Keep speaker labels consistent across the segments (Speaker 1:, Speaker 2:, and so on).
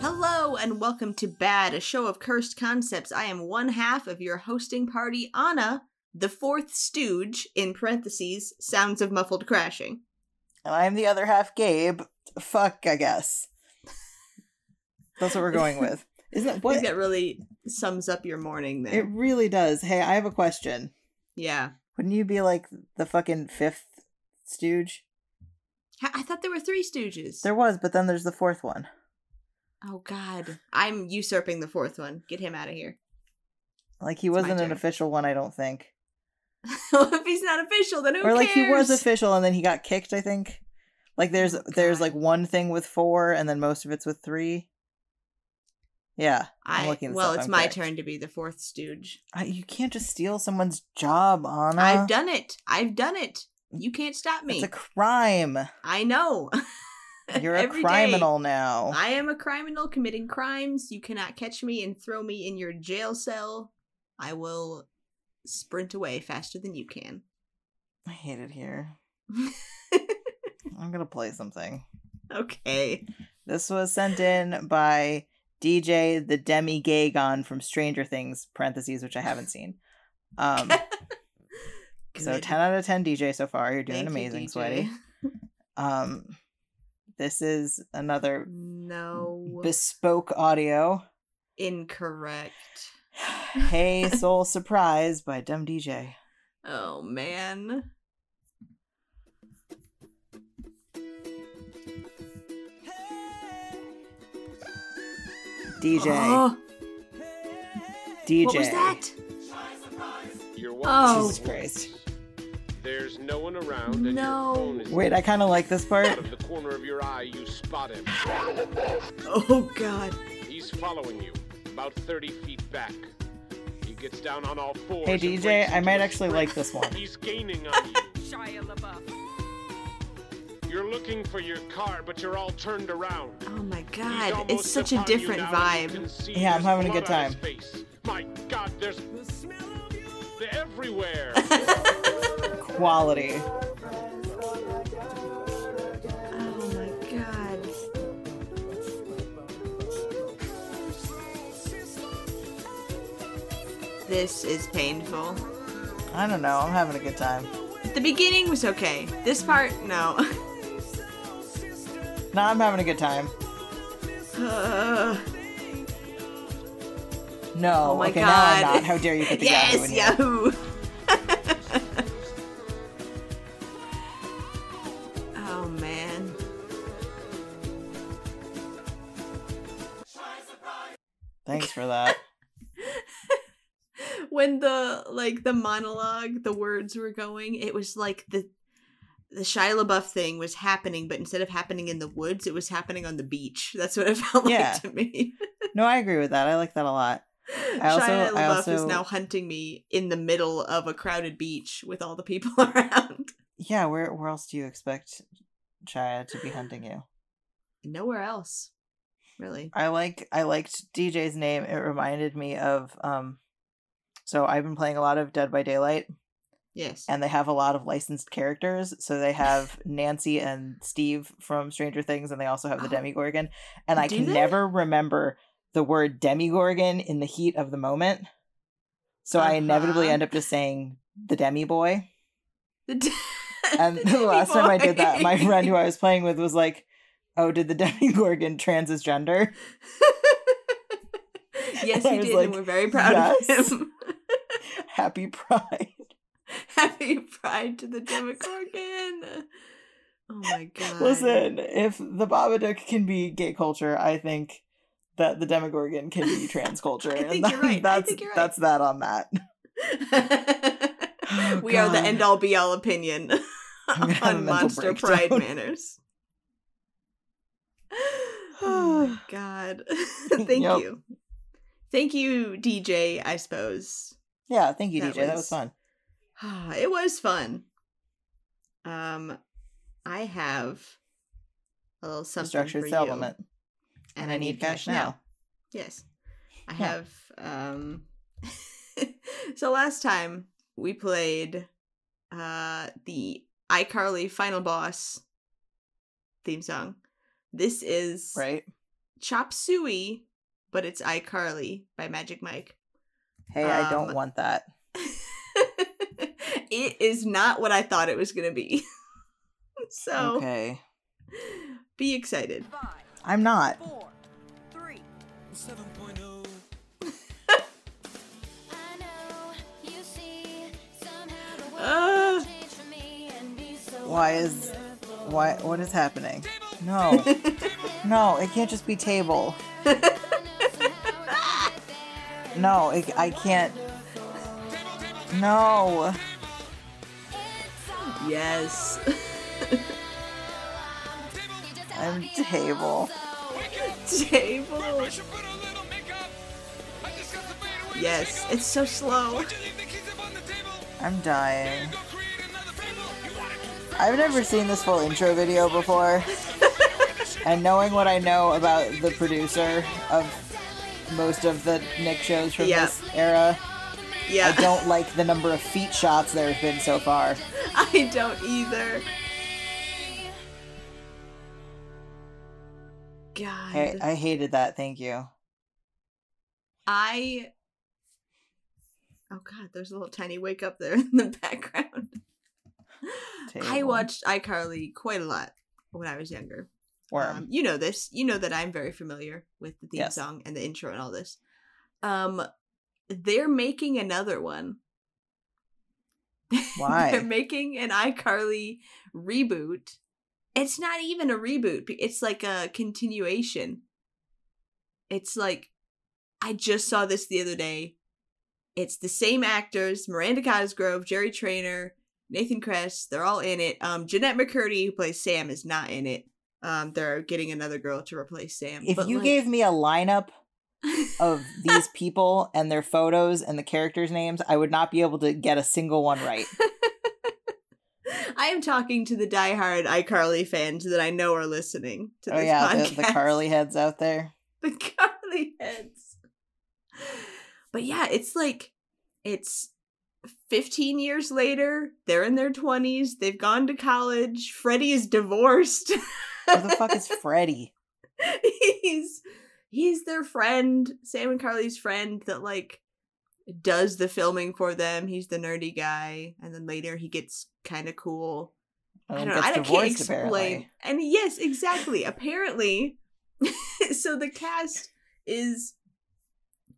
Speaker 1: Hello and welcome to Bad, a show of cursed concepts. I am one half of your hosting party, Anna, the fourth stooge, in parentheses, sounds of muffled crashing.
Speaker 2: And I'm the other half Gabe. Fuck, I guess. That's what we're going with. Isn't that
Speaker 1: I
Speaker 2: what
Speaker 1: think that really sums up your morning there.
Speaker 2: it really does? Hey, I have a question.
Speaker 1: yeah.
Speaker 2: Wouldn't you be like the fucking fifth stooge?
Speaker 1: I-, I thought there were three stooges.
Speaker 2: There was, but then there's the fourth one.
Speaker 1: oh, God. I'm usurping the fourth one. Get him out of here.
Speaker 2: Like he
Speaker 1: It's my
Speaker 2: wasn't an
Speaker 1: turn.
Speaker 2: official one, I don't think.
Speaker 1: well, if he's not official, then who
Speaker 2: or like
Speaker 1: cares?
Speaker 2: he was official and then he got kicked, I think. Like there's
Speaker 1: Oh,
Speaker 2: there's
Speaker 1: God.
Speaker 2: like one thing with four and then most of it's with three. Yeah. I'm
Speaker 1: I,
Speaker 2: looking this
Speaker 1: well,
Speaker 2: up,
Speaker 1: it's
Speaker 2: I'm
Speaker 1: my
Speaker 2: correct.
Speaker 1: turn to be the fourth stooge.
Speaker 2: I, you can't just steal someone's job, Anna.
Speaker 1: I've done it. I've done it. You can't stop me.
Speaker 2: It's a crime.
Speaker 1: I know.
Speaker 2: You're a
Speaker 1: Every day.
Speaker 2: criminal now.
Speaker 1: I am a criminal committing crimes. You cannot catch me and throw me in your jail cell. I will sprint away faster than you can.
Speaker 2: I hate it here. I'm gonna play something.
Speaker 1: okay.
Speaker 2: This was sent in by DJ the Demi Gagon from Stranger Things (parentheses which I haven't seen). Um, so
Speaker 1: Good.
Speaker 2: ten out of ten DJ so far. You're doing
Speaker 1: Thank you,
Speaker 2: amazing,
Speaker 1: DJ.
Speaker 2: sweaty. Um, this is another
Speaker 1: No.
Speaker 2: bespoke audio.
Speaker 1: incorrect.
Speaker 2: hey, Soul Surprise by Dumb DJ.
Speaker 1: Oh, man.
Speaker 2: DJ,
Speaker 1: Oh,
Speaker 2: DJ.
Speaker 1: what was that?
Speaker 3: You're
Speaker 1: Oh.
Speaker 2: Jesus Christ!
Speaker 3: There's no one around and
Speaker 1: No.
Speaker 3: your phone is
Speaker 2: Wait, I kind of like this part.
Speaker 3: out of the corner of your eye you spot him.
Speaker 1: Oh, God.
Speaker 3: He's following you, about 30 feet back. He gets down on all fours.
Speaker 2: Hey
Speaker 3: and
Speaker 2: DJ,
Speaker 3: breaks
Speaker 2: I
Speaker 3: into
Speaker 2: might
Speaker 3: a
Speaker 2: actually
Speaker 3: sprint.
Speaker 2: like this one.
Speaker 3: He's gaining on you.
Speaker 4: Shia LaBeouf.
Speaker 3: You're looking for your car, but you're all turned around.
Speaker 1: Oh, my
Speaker 3: He's
Speaker 1: God.
Speaker 3: almost
Speaker 1: It's such a
Speaker 3: upon you
Speaker 1: different
Speaker 3: now, and you
Speaker 1: vibe.
Speaker 3: can see
Speaker 2: Yeah, I'm
Speaker 3: there's
Speaker 2: having a good
Speaker 3: blood on his
Speaker 2: time.
Speaker 3: face. My God, there's they're everywhere.
Speaker 2: Quality.
Speaker 1: Oh, my God. This is painful.
Speaker 2: I don't know. I'm having a good time.
Speaker 1: The beginning was okay. This part, no.
Speaker 2: No, I'm having a good time.
Speaker 1: Uh,
Speaker 2: No.
Speaker 1: oh my
Speaker 2: okay,
Speaker 1: god.
Speaker 2: now I'm not. How dare you put the Yahoo
Speaker 1: yes,
Speaker 2: in here.
Speaker 1: Yahoo. oh man.
Speaker 2: Thanks for that.
Speaker 1: When the like the monologue, the words were going, it was like the the Shia LaBeouf thing was happening, but instead of happening in the woods, it was happening on the beach. That's what it felt
Speaker 2: Yeah.
Speaker 1: like to me.
Speaker 2: No, I agree with that. I like that a lot. also-
Speaker 1: Shia LaBeouf
Speaker 2: I
Speaker 1: is
Speaker 2: also-
Speaker 1: now hunting me in the middle of a crowded beach with all the people around.
Speaker 2: Yeah, where where else do you expect Chaya to be hunting you?
Speaker 1: Nowhere else, really.
Speaker 2: I like I liked DJ's name. It reminded me of um so I've been playing a lot of Dead by Daylight
Speaker 1: Yes.
Speaker 2: and they have a lot of licensed characters. So they have Nancy and Steve from Stranger Things and they also have the
Speaker 1: Oh.
Speaker 2: Demigorgon. And I
Speaker 1: Do
Speaker 2: can
Speaker 1: they?
Speaker 2: never remember the word Demigorgon in the heat of the moment. So I inevitably
Speaker 1: Uh-huh.
Speaker 2: end up just saying the Demi Boy.
Speaker 1: The d-
Speaker 2: And
Speaker 1: the
Speaker 2: the last time I did that, my
Speaker 1: Demi-boy.
Speaker 2: friend who I was playing with was like, Oh, did the Demigorgon trans his gender?
Speaker 1: yes,
Speaker 2: I
Speaker 1: you
Speaker 2: was
Speaker 1: did, and
Speaker 2: like,
Speaker 1: we're very proud of
Speaker 2: "Yes."
Speaker 1: him.
Speaker 2: Happy Pride.
Speaker 1: Happy Pride to the Demogorgon. Oh my god!
Speaker 2: Listen, if the Babadook can be gay culture, I think that the Demogorgon can be trans culture.
Speaker 1: I
Speaker 2: and
Speaker 1: think you're
Speaker 2: that-
Speaker 1: right. I
Speaker 2: That's,
Speaker 1: think you're right.
Speaker 2: that's that on that. Oh,
Speaker 1: we are the
Speaker 2: God.
Speaker 1: end all be all opinion
Speaker 2: gonna have a
Speaker 1: on
Speaker 2: mental
Speaker 1: Monster
Speaker 2: breakdown.
Speaker 1: Pride manners. oh my god! Thank
Speaker 2: Yep.
Speaker 1: you, thank you, DJ. I suppose.
Speaker 2: Yeah, thank you,
Speaker 1: That
Speaker 2: DJ. That
Speaker 1: was-
Speaker 2: was fun.
Speaker 1: Ah, it was fun. Um, I have a little something
Speaker 2: Structured
Speaker 1: for you,
Speaker 2: settlement.
Speaker 1: and, I, need, cash, now. Yes, I
Speaker 2: Yeah.
Speaker 1: have. Um, so last time we played uh the iCarly Final Boss theme song. This is
Speaker 2: Right?
Speaker 1: Chop Suey, but it's iCarly by Magic Mike.
Speaker 2: Hey, I don't
Speaker 1: Um,
Speaker 2: want that.
Speaker 1: it is not what I thought it was going to be. so
Speaker 2: Okay.
Speaker 1: be excited.
Speaker 4: Five,
Speaker 2: I'm not.
Speaker 4: four, three.
Speaker 5: 7.0.
Speaker 6: I know you see somehow the
Speaker 1: Ah.
Speaker 6: world changed for me and be so
Speaker 2: Why is
Speaker 6: wonderful.
Speaker 2: why what is happening? No. no, it can't just be table. No, it, I can't. No.
Speaker 1: Yes.
Speaker 2: I'm table.
Speaker 1: Table.
Speaker 5: I should put a little makeup. I just got the fade away.
Speaker 1: Yes, it's so slow.
Speaker 5: Would you leave the keys up on the table?
Speaker 2: I'm dying.
Speaker 5: Go create another table. You want it?
Speaker 2: I've never seen this full intro video before. and knowing what I know about the producer of most of the Nick shows from
Speaker 1: Yeah.
Speaker 2: this era, I
Speaker 1: Yeah.
Speaker 2: don't like the number of feet shots there have been so far.
Speaker 1: I don't either. God.
Speaker 2: I, I hated that. Thank you.
Speaker 1: I. Oh God, there's a little tiny wake up there in the background. I
Speaker 2: Table.
Speaker 1: watched iCarly quite a lot when I was younger.
Speaker 2: Worm.
Speaker 1: Um, you know this. You know that I'm very familiar with the theme
Speaker 2: Yes.
Speaker 1: song and the intro and all this. Um, they're making another one. They're
Speaker 2: Why?
Speaker 1: making an iCarly reboot. It's not even a reboot. be- It's like a continuation. It's like I just saw this the other day. It's the same actors, Miranda Cosgrove, Jerry Trainer, Nathan Kress, they're all in it. Um Jeanette McCurdy, who plays Sam, is not in it. Um, they're getting another girl to replace Sam.
Speaker 2: If
Speaker 1: But,
Speaker 2: you
Speaker 1: like-
Speaker 2: gave me a lineup of these people and their photos and the characters' names, I would not be able to get a single one right.
Speaker 1: I am talking to the diehard iCarly fans that I know are listening to
Speaker 2: oh
Speaker 1: this
Speaker 2: yeah,
Speaker 1: podcast.
Speaker 2: the, the Carly heads out there.
Speaker 1: the curly heads. But yeah, it's like it's 15 years later, they're in their 20s, they've gone to college, Freddie is divorced.
Speaker 2: Who the fuck is Freddy?
Speaker 1: he's he's their friend, Sam and Carly's friend that like does the filming for them. He's the nerdy guy, and then later he gets kind of cool. I
Speaker 2: And then
Speaker 1: don't know.
Speaker 2: gets
Speaker 1: I can't
Speaker 2: divorced,
Speaker 1: explain.
Speaker 2: apparently.
Speaker 1: And yes, exactly. apparently, so the cast is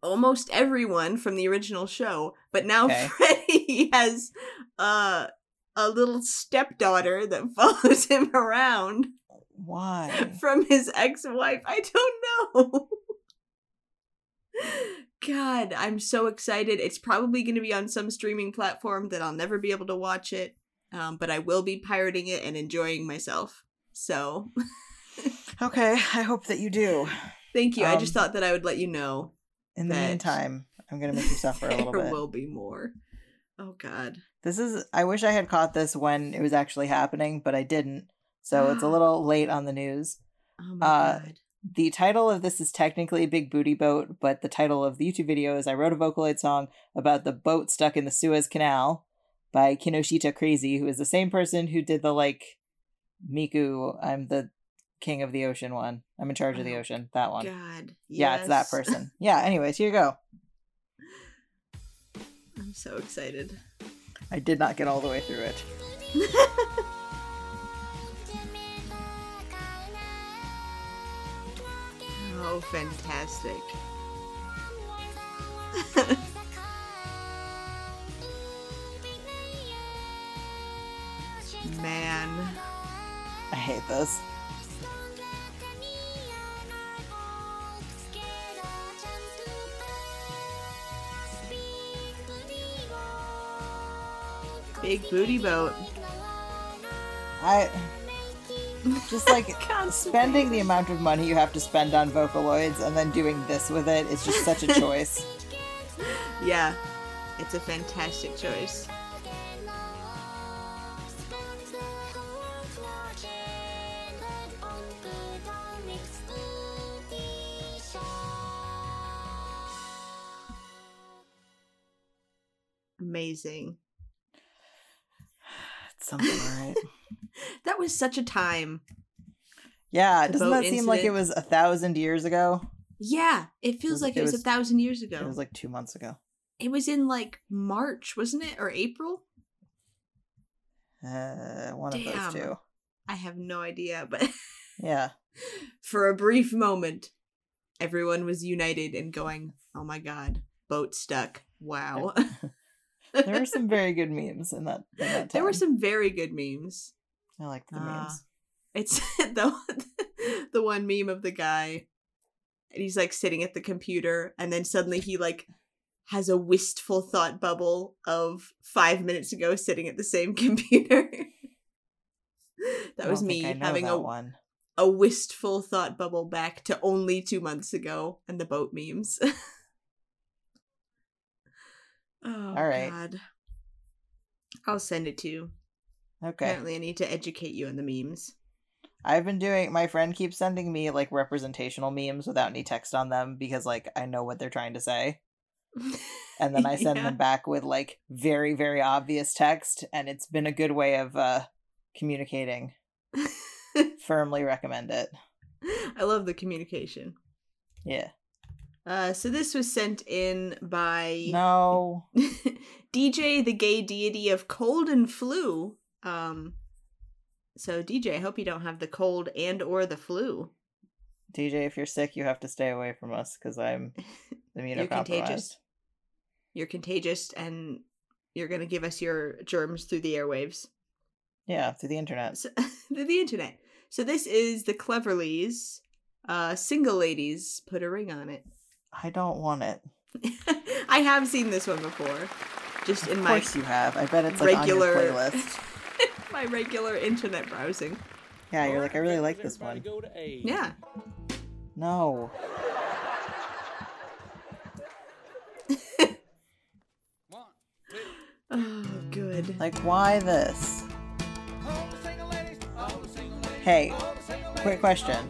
Speaker 1: almost everyone from the original show, but now
Speaker 2: Okay.
Speaker 1: Freddy has uh, a little stepdaughter that follows him around
Speaker 2: Why?
Speaker 1: from his ex-wife. I don't know. God, I'm so excited. It's probably going to be on some streaming platform that I'll never be able to watch it, um, but I will be pirating it and enjoying myself. So
Speaker 2: Okay, I hope that you do.
Speaker 1: thank you. I just
Speaker 2: Um,
Speaker 1: thought that I would let you know
Speaker 2: In the
Speaker 1: That-
Speaker 2: meantime, I'm gonna make you suffer a little
Speaker 1: there
Speaker 2: bit.
Speaker 1: will be more. Oh God.
Speaker 2: This is. I wish I had caught this when it was actually happening, but I didn't. So it's a little late on the news.
Speaker 1: Oh my
Speaker 2: Uh,
Speaker 1: God.
Speaker 2: The title of this is technically Big Booty Boat, but the title of the YouTube video is I wrote a Vocaloid song about the boat stuck in the Suez Canal by Kinoshita Crazy, who is the same person who did the like Miku, I'm the king of the ocean one. I'm in charge of the
Speaker 1: Oh,
Speaker 2: ocean. That one.
Speaker 1: God.
Speaker 2: Yeah, it's that
Speaker 1: yes.
Speaker 2: person. Yeah, anyways, here you go.
Speaker 1: I'm so excited.
Speaker 2: I did not get all the way through it.
Speaker 1: Oh, fantastic. Man.
Speaker 2: I hate this.
Speaker 1: Big booty boat.
Speaker 2: I just like
Speaker 1: Can't
Speaker 2: spending the amount of money you have to spend on Vocaloids and then doing this with it is just such a choice.
Speaker 1: Yeah, it's a fantastic choice. Amazing.
Speaker 2: It's something, right?
Speaker 1: That was such a time.
Speaker 2: Yeah,
Speaker 1: The
Speaker 2: doesn't
Speaker 1: boat
Speaker 2: that seem like it
Speaker 1: incident.
Speaker 2: was a thousand years ago?
Speaker 1: Yeah, it feels
Speaker 2: was-
Speaker 1: like
Speaker 2: it
Speaker 1: it was,
Speaker 2: was-
Speaker 1: a thousand years ago.
Speaker 2: It was like two months ago.
Speaker 1: in like March, wasn't it, or April?
Speaker 2: Uh, one of
Speaker 1: Damn.
Speaker 2: those two.
Speaker 1: I have no idea, but
Speaker 2: Yeah.
Speaker 1: for a brief moment, everyone was united and going, "Oh my god, boat stuck! Wow."
Speaker 2: there were some very good memes in that. In that
Speaker 1: There were
Speaker 2: time.
Speaker 1: some very good memes.
Speaker 2: I liked the
Speaker 1: Ah.
Speaker 2: memes.
Speaker 1: It's the the one meme of the guy, and he's like sitting at the computer, and then suddenly he like has a wistful thought bubble of five minutes ago sitting at the same computer.
Speaker 2: I
Speaker 1: that was
Speaker 2: don't
Speaker 1: me
Speaker 2: think I know
Speaker 1: having
Speaker 2: that
Speaker 1: a
Speaker 2: one.
Speaker 1: a wistful thought bubble back to only two months ago and the boat memes. oh,
Speaker 2: All right.
Speaker 1: Oh, God. I'll send it to you.
Speaker 2: Okay.
Speaker 1: Apparently, I need to educate you on the memes.
Speaker 2: I've been doing. My friend keeps sending me like representational memes without any text on them because like I know what they're trying to say, and then I send
Speaker 1: Yeah.
Speaker 2: them back with like very very obvious text, and it's been a good way of uh communicating. Firmly recommend it.
Speaker 1: I love the communication.
Speaker 2: Yeah.
Speaker 1: Uh, so this was sent in by
Speaker 2: No.
Speaker 1: DJ, the gay deity of cold and flu. Um, so DJ, I hope you don't have the cold and or the flu.
Speaker 2: DJ, if you're sick, you have to stay away from us because I'm
Speaker 1: You're
Speaker 2: immunocompromised.
Speaker 1: contagious. You're contagious and you're going to give us your germs through the airwaves,
Speaker 2: Yeah, through the internet.
Speaker 1: so, through the internet. So this is the Cleverlys, uh, single ladies put a ring on it.
Speaker 2: I don't want it.
Speaker 1: I have seen this one before, just in
Speaker 2: Of
Speaker 1: my
Speaker 2: course you have. I bet it's like
Speaker 1: regular
Speaker 2: on your playlist.
Speaker 1: my regular internet browsing.
Speaker 2: Yeah, you're
Speaker 3: All
Speaker 2: like,
Speaker 3: right,
Speaker 2: I really
Speaker 3: then,
Speaker 2: like
Speaker 3: did
Speaker 2: this
Speaker 3: everybody
Speaker 2: one.
Speaker 3: go to A?
Speaker 1: Yeah,
Speaker 2: No.
Speaker 5: One.
Speaker 1: oh, good.
Speaker 2: Like, why this?
Speaker 5: All the single ladies, all the single ladies,
Speaker 2: Hey,
Speaker 5: all the single ladies,
Speaker 2: quick question.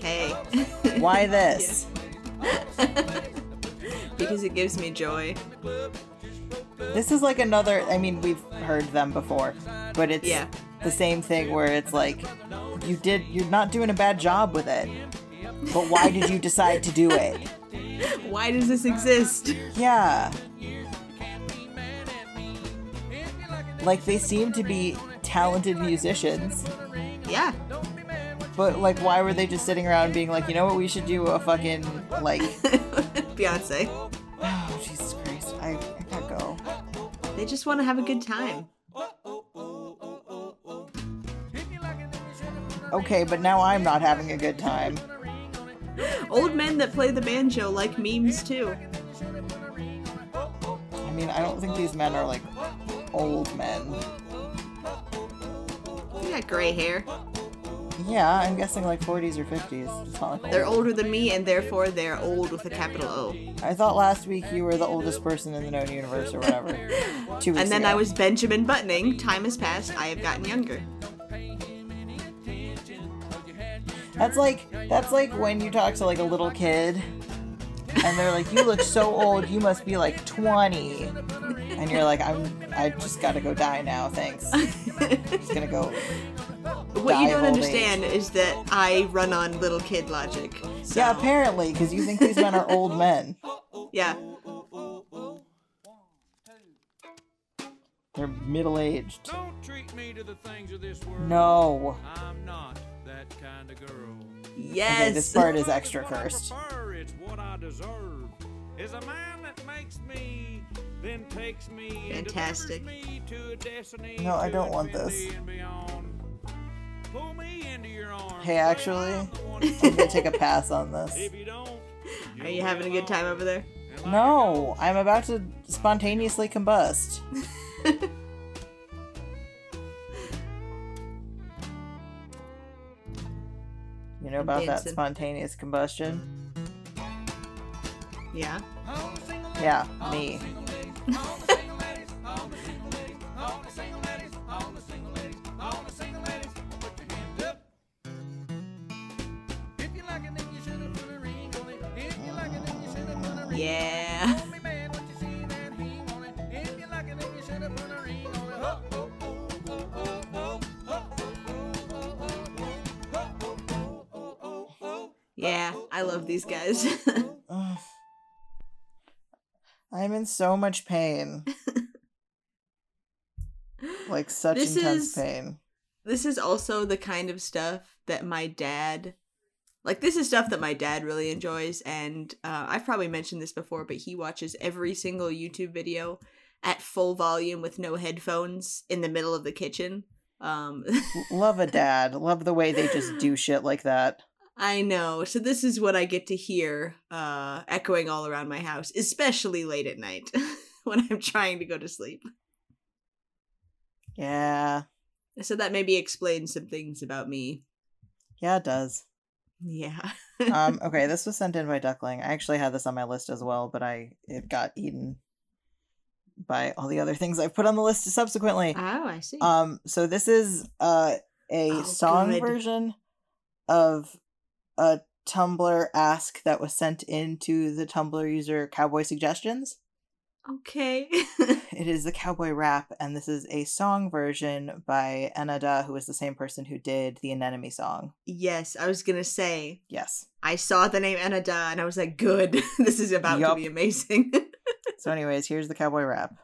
Speaker 1: Hey,
Speaker 2: Why this?
Speaker 1: because it gives me joy.
Speaker 2: This is like another, I mean, we've heard them before, but it's
Speaker 1: Yeah.
Speaker 2: the same thing where it's like, you did, you're not doing a bad job with it, but why did you decide to do it?
Speaker 1: Why does this exist?
Speaker 2: Yeah. Like they seem to be talented musicians,
Speaker 1: Yeah,
Speaker 2: but like why were they just sitting around being like, you know what, we should do a fucking like
Speaker 1: Beyonce.
Speaker 2: Oh Jesus Christ, I, I gotta go.
Speaker 1: They just want to have a good time.
Speaker 2: Okay, but now I'm not having a good time.
Speaker 1: Old men that play the banjo like memes too.
Speaker 2: I mean, I don't think these men are like old men.
Speaker 1: They got gray hair.
Speaker 2: Yeah, I'm guessing like 40s or 50s. It's not like
Speaker 1: They're older than me and therefore they're old with a capital O.
Speaker 2: I thought last week you were the oldest person in the known universe or whatever. Two weeks
Speaker 1: And then
Speaker 2: ago.
Speaker 1: I was Benjamin Buttoning. Time has passed. I have gotten younger.
Speaker 2: That's like that's like when you talk to like a little kid and they're like, You look so old, you must be like twenty and you're like, I'm I just gotta go die now, thanks. Just gonna go
Speaker 1: What
Speaker 2: Die
Speaker 1: you
Speaker 2: of
Speaker 1: don't
Speaker 2: old
Speaker 1: understand is that I run on little kid logic. So,
Speaker 2: Yeah, apparently, because you think these men are old men.
Speaker 1: yeah.
Speaker 2: They're middle aged.
Speaker 5: Don't treat me to the things of this world.
Speaker 2: No.
Speaker 5: I'm not that kind of girl.
Speaker 1: Yes.
Speaker 2: Okay, this part is extra cursed.
Speaker 5: What I prefer, it's what I deserve. Is a man that makes me, then takes me and
Speaker 1: Fantastic.
Speaker 5: delivers me to a destiny
Speaker 2: No, I
Speaker 5: to
Speaker 2: don't want
Speaker 5: infinity
Speaker 2: this.
Speaker 5: and beyond. Pull me into your arms.
Speaker 2: Hey,
Speaker 5: say
Speaker 2: actually,
Speaker 5: I'm the one you
Speaker 2: I'm gonna
Speaker 5: want.
Speaker 2: take a pass on this.
Speaker 5: If you don't,
Speaker 1: Are you having a good time over there?
Speaker 2: No, I'm about to spontaneously combust. You know
Speaker 1: I'm
Speaker 2: about that
Speaker 1: dancing.
Speaker 2: spontaneous combustion?
Speaker 1: Yeah.
Speaker 2: Yeah, me.
Speaker 1: Yeah. Yeah, I love these guys.
Speaker 2: Ugh. I'm in so much pain. Like such
Speaker 1: This
Speaker 2: intense
Speaker 1: is-
Speaker 2: pain.
Speaker 1: this is also the kind of stuff that my dad like this is stuff that my dad really enjoys and uh, i've probably mentioned this before but he watches every single youtube video at full volume with no headphones in the middle of the kitchen um
Speaker 2: Love a dad. Love the way they just do shit like that.
Speaker 1: i know so this is what i get to hear uh echoing all around my house especially late at night when i'm trying to go to sleep
Speaker 2: Yeah.
Speaker 1: so that maybe explains some things about me
Speaker 2: Yeah, it does.
Speaker 1: yeah
Speaker 2: Um, okay, this was sent in by Duckling. I actually had this on my list as well, but I it got eaten by all the other things I've put on the list subsequently.
Speaker 1: oh i see
Speaker 2: Um, so this is uh, a
Speaker 1: Oh,
Speaker 2: song
Speaker 1: good.
Speaker 2: version of a Tumblr ask that was sent in to the Tumblr user Cowboy Suggestions.
Speaker 1: okay
Speaker 2: It is the Cowboy Rap, and this is a song version by Enada, who is the same person who did the Anemone song.
Speaker 1: Yes, I was gonna say
Speaker 2: Yes.
Speaker 1: I saw the name Enada and I was like, good, this is about to
Speaker 2: Yup.
Speaker 1: be amazing.
Speaker 2: So, anyways, here's the Cowboy Rap.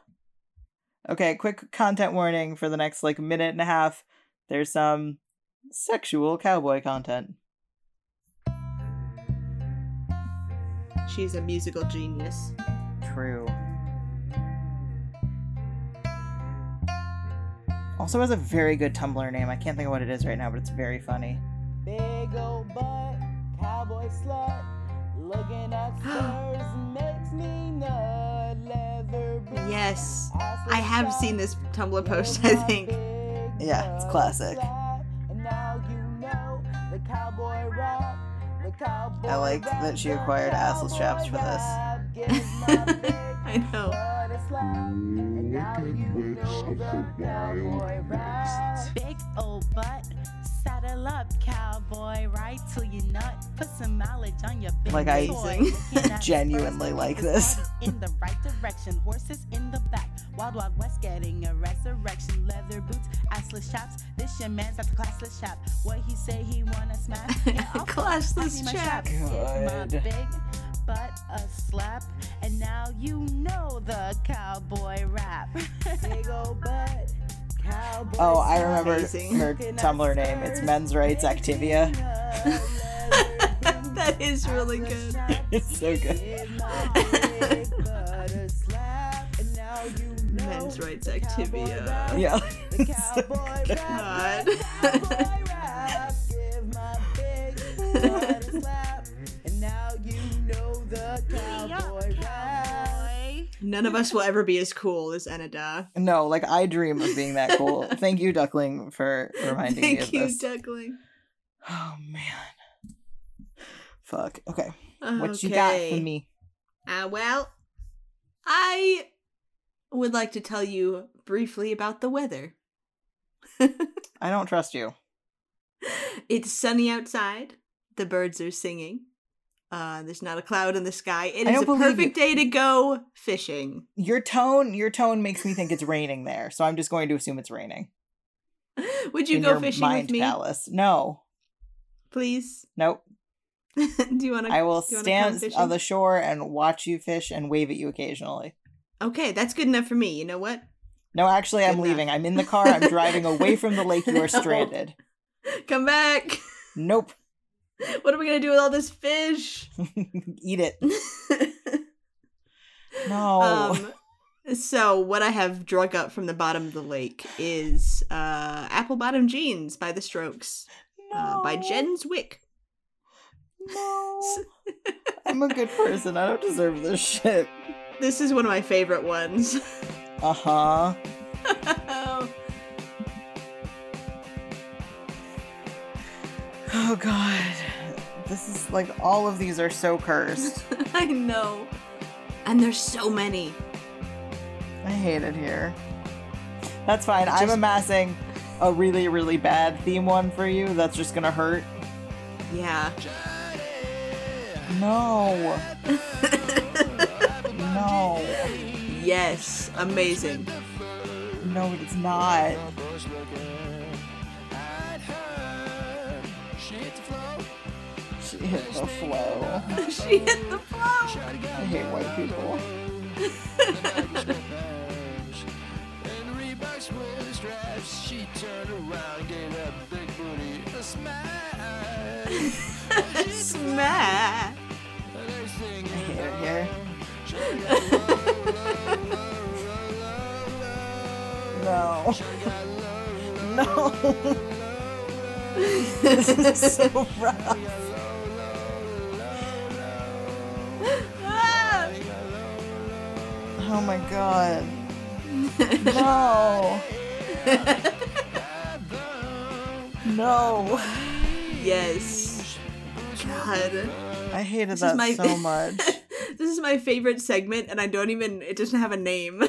Speaker 2: Okay, quick content warning for the next like minute and a half. There's some sexual cowboy content.
Speaker 1: She's a musical genius.
Speaker 2: True. Also has a very good Tumblr name. I can't think of what it is right now, but it's very funny.
Speaker 4: Big old butt, cowboy slut, looking at stars makes me nut. Leather boots,
Speaker 1: Yes,
Speaker 4: ass
Speaker 1: I have
Speaker 4: is
Speaker 1: seen
Speaker 4: fat,
Speaker 1: this Tumblr
Speaker 4: with
Speaker 1: post. I
Speaker 4: my
Speaker 1: think
Speaker 4: big
Speaker 2: Yeah, it's
Speaker 4: butt
Speaker 2: classic.
Speaker 4: flat. And now you know the cowboy rap, the cowboy
Speaker 2: I like
Speaker 4: rap,
Speaker 2: that she
Speaker 4: the
Speaker 2: acquired assless
Speaker 4: cowboy
Speaker 2: chaps for this.
Speaker 4: rap. Give my big
Speaker 1: I know.
Speaker 4: butt a slap. And now you know the cowboy rap.
Speaker 7: Big old butt, saddle up, cowboy, right till you nut. Put some mileage on your big
Speaker 2: Like, I
Speaker 7: toy. Looking at
Speaker 2: genuinely
Speaker 7: spurs,
Speaker 2: like
Speaker 7: horses
Speaker 2: this.
Speaker 7: In the right direction, horses in the back. Wild Wild West getting a resurrection. Leather boots, assless chaps. This your man's at the classless shop. What he say he wanna smash? Yeah, I'll I
Speaker 1: Classless
Speaker 7: see my
Speaker 1: chap.
Speaker 7: straps. Give my
Speaker 2: Good.
Speaker 7: big butt a slap, and now you know the cowboy rap.
Speaker 4: Big old butt, cowboy
Speaker 2: Oh, I remember
Speaker 1: Amazing.
Speaker 2: her Tumblr name. It's Men's Rights Activia.
Speaker 1: that is really good.
Speaker 2: It's so good.
Speaker 1: Men's rights Activia.
Speaker 2: Yeah.
Speaker 1: God. None of us will ever be as cool as Enada.
Speaker 2: No, like I dream of being that cool. Thank you, Duckling, for reminding me
Speaker 1: Thank
Speaker 2: of
Speaker 1: you,
Speaker 2: this.
Speaker 1: Duckling.
Speaker 2: oh man. Fuck. Okay. What you got for
Speaker 1: Okay.
Speaker 2: me?
Speaker 1: Uh, well, I would like to tell you briefly about the weather.
Speaker 2: I don't trust you.
Speaker 1: It's sunny outside. The birds are singing. Uh, there's not a cloud in the sky. It
Speaker 2: I
Speaker 1: is
Speaker 2: don't
Speaker 1: a
Speaker 2: believe
Speaker 1: perfect day to go fishing.
Speaker 2: Your tone, your tone makes me think it's raining there, so I'm just going to assume it's raining.
Speaker 1: Would you
Speaker 2: in
Speaker 1: go
Speaker 2: your
Speaker 1: fishing
Speaker 2: mind
Speaker 1: with me,
Speaker 2: palace. No.
Speaker 1: please?
Speaker 2: Nope.
Speaker 1: Do you want
Speaker 2: I
Speaker 1: to?
Speaker 2: will
Speaker 1: you wanna come
Speaker 2: stand
Speaker 1: fishing?
Speaker 2: on the shore and watch you fish and wave at you occasionally.
Speaker 1: Okay, that's good enough for me. You know what?
Speaker 2: No, actually, I'm
Speaker 1: Good enough.
Speaker 2: leaving. I'm in the car. I'm driving away from the lake. You
Speaker 1: No.
Speaker 2: are stranded.
Speaker 1: Come back.
Speaker 2: Nope.
Speaker 1: What are we gonna do with all this fish?
Speaker 2: Eat it. No.
Speaker 1: Um, so what I have drug up from the bottom of the lake is uh, "Apple Bottom Jeans" by The Strokes, uh, by
Speaker 2: No.
Speaker 1: Jen Zwick.
Speaker 2: No. I'm a good person. I don't deserve this shit.
Speaker 1: This is one of my favorite ones.
Speaker 2: Uh huh. Oh god. This is like all of these are so cursed.
Speaker 1: I know. And there's so many.
Speaker 2: I hate it here. That's fine. I'm amassing a really, really bad theme one for you that's just gonna hurt.
Speaker 1: Yeah.
Speaker 2: No. no.
Speaker 1: Yes. Amazing.
Speaker 2: No, it's not. She hit the flow.
Speaker 1: she hit the flow.
Speaker 2: I hate white people.
Speaker 1: Smash.
Speaker 2: I hate her hair. no. No. this is so rough.
Speaker 1: Ah.
Speaker 2: Oh my god. No. no.
Speaker 1: Yes. God.
Speaker 2: I hated
Speaker 1: This is
Speaker 2: that
Speaker 1: my-
Speaker 2: so much.
Speaker 1: This is my favorite segment, and I don't even, it doesn't have a name.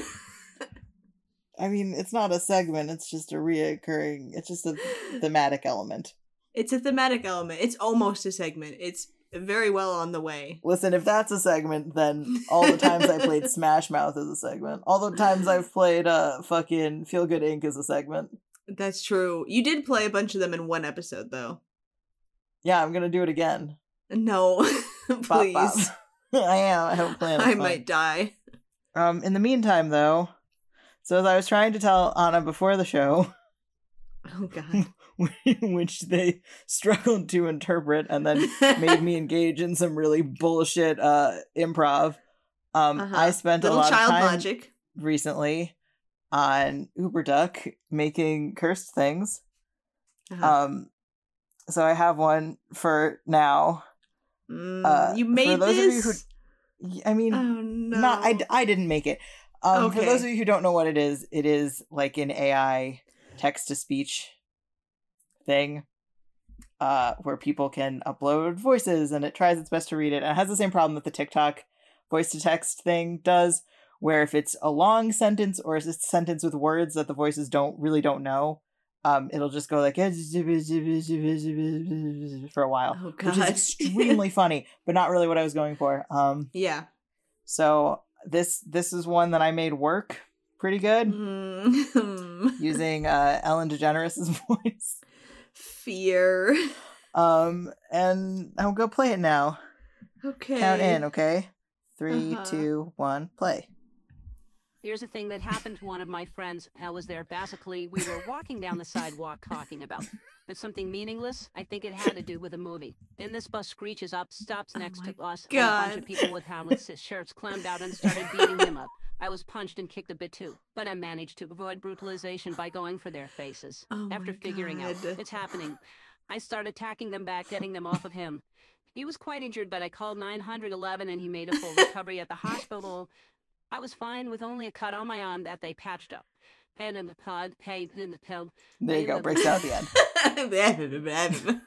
Speaker 2: I mean, it's not a segment, it's just a reoccurring, it's just a thematic element.
Speaker 1: it's a thematic element. It's almost a segment. It's very well on the way.
Speaker 2: Listen, if that's a segment, then all the times I played Smash Mouth is a segment. All the times I've played uh fucking Feel Good Inc. is a segment.
Speaker 1: That's true. You did play a bunch of them in one episode, though.
Speaker 2: Yeah, I'm gonna do it again.
Speaker 1: No,
Speaker 2: Bop,
Speaker 1: please.
Speaker 2: bop. I am. I have a plan.
Speaker 1: I might die.
Speaker 2: Um, in the meantime, though, so as I was trying to tell Anna before the show,
Speaker 1: Oh God.
Speaker 2: which they struggled to interpret and then made me engage in some really bullshit uh, improv, um,
Speaker 1: Uh-huh.
Speaker 2: I spent
Speaker 1: Little
Speaker 2: a lot
Speaker 1: child
Speaker 2: of time
Speaker 1: logic.
Speaker 2: recently on Uber Duck making cursed things.
Speaker 1: Uh-huh.
Speaker 2: Um, so I have one for now.
Speaker 1: Mm,
Speaker 2: uh,
Speaker 1: you
Speaker 2: for
Speaker 1: made
Speaker 2: those of you
Speaker 1: this.
Speaker 2: who- I mean,
Speaker 1: oh no.
Speaker 2: not I, d- I didn't make it um for
Speaker 1: Okay.
Speaker 2: those of you who don't know what it is it is like an ai text to speech thing uh where people can upload voices and it tries its best to read it and it has the same problem that the tiktok voice to text thing does where if it's a long sentence or it's a sentence with words that the voices don't really don't know um it'll just go like for a while
Speaker 1: Oh
Speaker 2: which is
Speaker 1: God.
Speaker 2: extremely funny but not really what i was going for um
Speaker 1: yeah.
Speaker 2: so this this is one that I made work pretty good
Speaker 1: Mm.
Speaker 2: using uh, Ellen DeGeneres' voice.
Speaker 1: Fear.
Speaker 2: Um, and I'll go play it now.
Speaker 1: Okay.
Speaker 2: Count in, okay? Three,
Speaker 1: Uh-huh.
Speaker 2: two, one, play.
Speaker 8: Here's a thing that happened to one of my friends. I was there basically. We were walking down the sidewalk talking about but something meaningless. I think it had to do with a movie. Then this bus screeches up, stops
Speaker 1: Oh
Speaker 8: next to
Speaker 1: my
Speaker 8: us, and a bunch
Speaker 1: God.
Speaker 8: of people with helmets and shirts climbed out and started beating him up. I was punched and kicked a bit too, but I managed to avoid brutalization by going for their faces.
Speaker 1: Oh
Speaker 8: After
Speaker 1: my
Speaker 8: figuring out
Speaker 1: God.
Speaker 8: it's happening, I start attacking them back, getting them off of him. He was quite injured, but I called 911 and he made a full recovery at the hospital. I was fine with only a cut on my arm that they patched up. Pain in the pod, pain in the pill.
Speaker 2: There you go,
Speaker 8: Maybe.
Speaker 2: breaks out the end.
Speaker 1: oh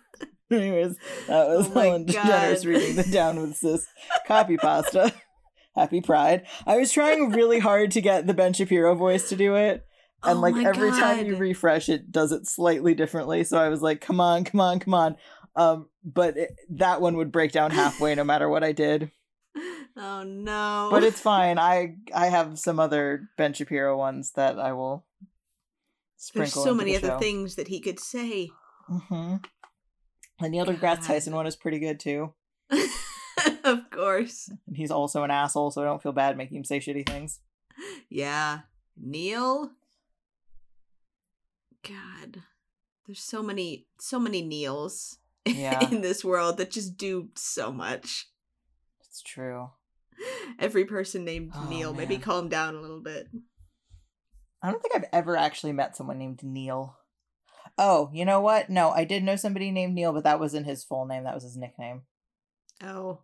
Speaker 2: Anyways, that was
Speaker 1: Oh my
Speaker 2: Ellen DeGeneres
Speaker 1: God.
Speaker 2: reading the Down with Sis copy pasta. Happy Pride. I was trying really hard to get the Ben Shapiro voice to do it. and like
Speaker 1: Oh my
Speaker 2: every time you
Speaker 1: God.
Speaker 2: refresh it does it slightly differently so i was like come on come on come on um but it, that one would break down halfway no matter what i did
Speaker 1: Oh no.
Speaker 2: but it's fine i i have some other ben shapiro ones that i will
Speaker 1: There's
Speaker 2: sprinkle
Speaker 1: so many other things that he could say.
Speaker 2: mm-hmm. the neil degrasse tyson one is pretty good too
Speaker 1: of course.
Speaker 2: and he's also an asshole so i don't feel bad making him say shitty things
Speaker 1: Yeah. Neil. God. There's so many so many Neils
Speaker 2: Yeah.
Speaker 1: in this world that just do so much.
Speaker 2: it's true
Speaker 1: Every person named
Speaker 2: Oh,
Speaker 1: Neil. Maybe
Speaker 2: man.
Speaker 1: calm down a little bit.
Speaker 2: I don't think I've ever actually met someone named Neil. Oh, you know what? No, I did know somebody named Neil, but that wasn't his full name. That was his nickname.
Speaker 1: Oh.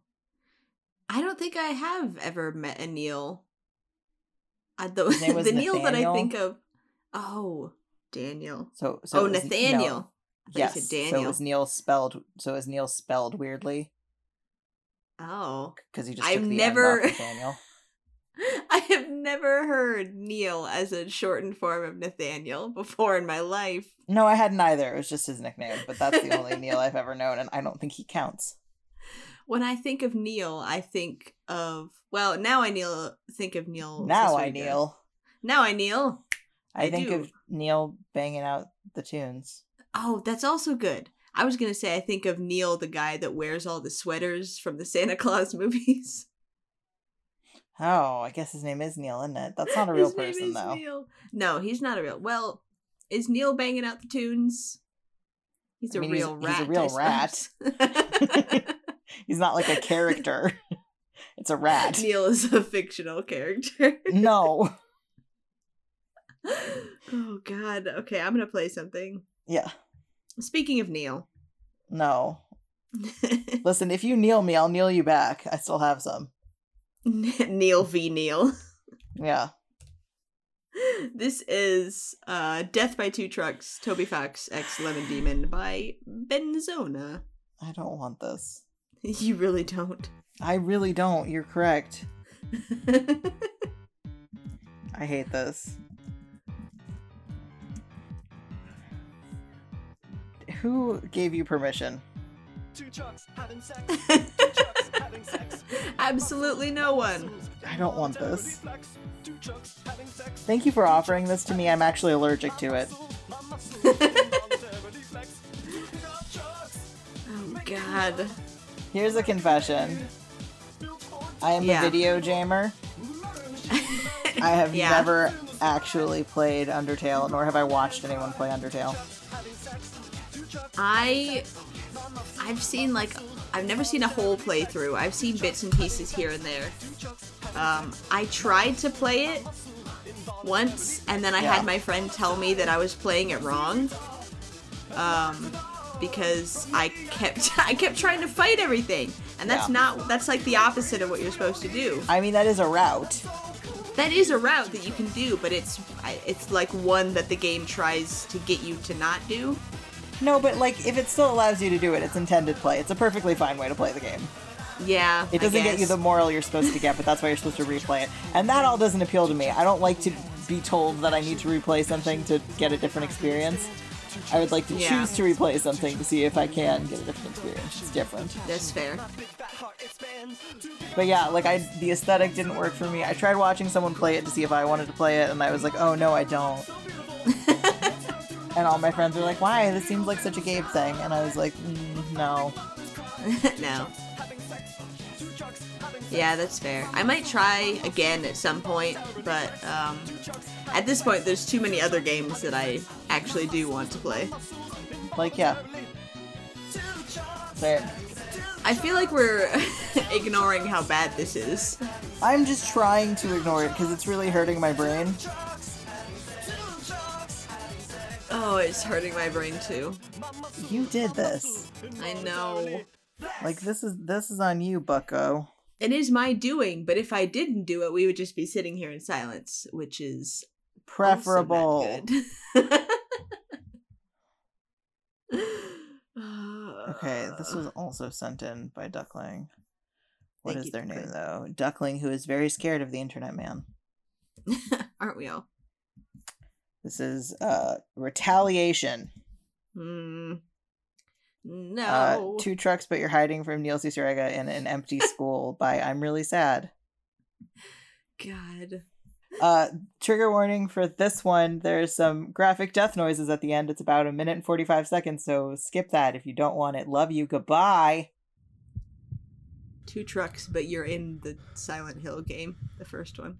Speaker 1: I don't think I have ever met a Neil. I, the
Speaker 2: His name was
Speaker 1: the Neil that I
Speaker 2: Nathaniel?
Speaker 1: think of. Oh, Daniel.
Speaker 2: So, so
Speaker 1: oh,
Speaker 2: it was- no.
Speaker 1: Nathaniel. I thought you
Speaker 2: Yes.
Speaker 1: said
Speaker 2: So it was Neil spelled. So it was Neil spelled weirdly
Speaker 1: Oh.
Speaker 2: because he just
Speaker 1: I've
Speaker 2: took the
Speaker 1: never-
Speaker 2: end off Nathaniel.
Speaker 1: I have never heard Neil as a shortened form of Nathaniel before in my life.
Speaker 2: No, I hadn't either. It was just his nickname, but that's the only Neil I've ever known, and I don't think he counts.
Speaker 1: When I think of Neil, I think of well, now I kneel think of Neil.
Speaker 2: now I
Speaker 1: Siswiga.
Speaker 2: kneel.
Speaker 1: Now I kneel.
Speaker 2: I,
Speaker 1: I
Speaker 2: think
Speaker 1: do.
Speaker 2: of Neil banging out the tunes.
Speaker 1: Oh, that's also good. I was gonna say I think of Neil, the guy that wears all the sweaters from the Santa Claus movies.
Speaker 2: Oh, I guess his name is Neil, isn't it? That's not a real
Speaker 1: His name
Speaker 2: person
Speaker 1: is
Speaker 2: though.
Speaker 1: Neil. No, he's not a real. Well, is Neil banging out the tunes? He's
Speaker 2: I
Speaker 1: a
Speaker 2: mean, he's-
Speaker 1: real
Speaker 2: he's a
Speaker 1: rat.
Speaker 2: real
Speaker 1: I suppose.
Speaker 2: He's not like a character. it's a rat.
Speaker 1: Neil is a fictional character.
Speaker 2: No.
Speaker 1: oh God. Okay, I'm gonna play something.
Speaker 2: Yeah.
Speaker 1: Speaking of Neil,
Speaker 2: No. Listen, if you kneel me, I'll kneel you back. I still have some.
Speaker 1: Neil v Neil.
Speaker 2: Yeah.
Speaker 1: This is uh, Death by Two Trucks, Toby Fox X Lemon Demon by Benzona.
Speaker 2: I don't want this.
Speaker 1: You really don't.
Speaker 2: I really don't. You're correct. I hate this. Who gave you permission?
Speaker 1: Absolutely no one.
Speaker 2: I don't want this. Thank you for offering this to me. I'm actually allergic to it.
Speaker 1: Oh God.
Speaker 2: Here's a confession. I am
Speaker 1: Yeah.
Speaker 2: a video jammer. I have
Speaker 1: Yeah.
Speaker 2: never actually played Undertale, nor have I watched anyone play Undertale.
Speaker 1: I I've seen like I've never seen a whole playthrough. I've seen bits and pieces here and there. Um, I tried to play it once, and then I
Speaker 2: Yeah.
Speaker 1: had my friend tell me that I was playing it wrong. Um, because I kept I kept trying to fight everything, and that's
Speaker 2: Yeah.
Speaker 1: not that's like the opposite of what you're supposed to do.
Speaker 2: I mean, that is a route.
Speaker 1: That is a route that you can do, but it's I- it's like one that the game tries to get you to not do.
Speaker 2: No, but like, if it still allows you to do it, it's intended play. It's a perfectly fine way to play the game.
Speaker 1: Yeah,
Speaker 2: It
Speaker 1: I
Speaker 2: doesn't get you
Speaker 1: guess.
Speaker 2: the moral you're supposed to get, but that's why you're supposed to replay it. And that all doesn't appeal to me. I don't like to be told that I need to replay something to get a different experience. I would like to
Speaker 1: Yeah.
Speaker 2: choose to replay something to see if I can get a different experience. It's different.
Speaker 1: That's fair.
Speaker 2: But yeah, like I the aesthetic didn't work for me. I tried watching someone play it to see if I wanted to play it and I was like, "Oh no, I don't." and all my friends were like, "Why? This seems like such a Gabe thing." And I was like, mm, "No."
Speaker 1: no. Yeah, that's fair. I might try again at some point, but um, at this point, there's too many other games that I actually do want to play.
Speaker 2: Like, yeah. Fair.
Speaker 1: I feel like we're ignoring how bad this is.
Speaker 2: I'm just trying to ignore it because it's really hurting my brain.
Speaker 1: Oh, it's hurting my brain too.
Speaker 2: You did this.
Speaker 1: I know.
Speaker 2: Like this is this is on you, Bucko.
Speaker 1: It is my doing, but if I didn't do it, we would just be sitting here in silence, which is also
Speaker 2: Preferable.
Speaker 1: not good.
Speaker 2: Okay,
Speaker 1: Uh,
Speaker 2: this was also sent in by Duckling. What
Speaker 1: Thank
Speaker 2: is
Speaker 1: you,
Speaker 2: their name
Speaker 1: Duckling.
Speaker 2: though? Duckling, who is very scared of the internet man.
Speaker 1: aren't we all?
Speaker 2: This is uh retaliation.
Speaker 1: Mm. No.
Speaker 2: Uh, two trucks, but you're hiding from Neil Cicerega in an empty school by I'm really sad.
Speaker 1: God.
Speaker 2: Uh, trigger warning for this one. There's some graphic death noises at the end. It's about a minute and 45 seconds, so skip that if you don't want it. Love you. Goodbye.
Speaker 1: Two trucks, but you're in the Silent Hill game, the first one.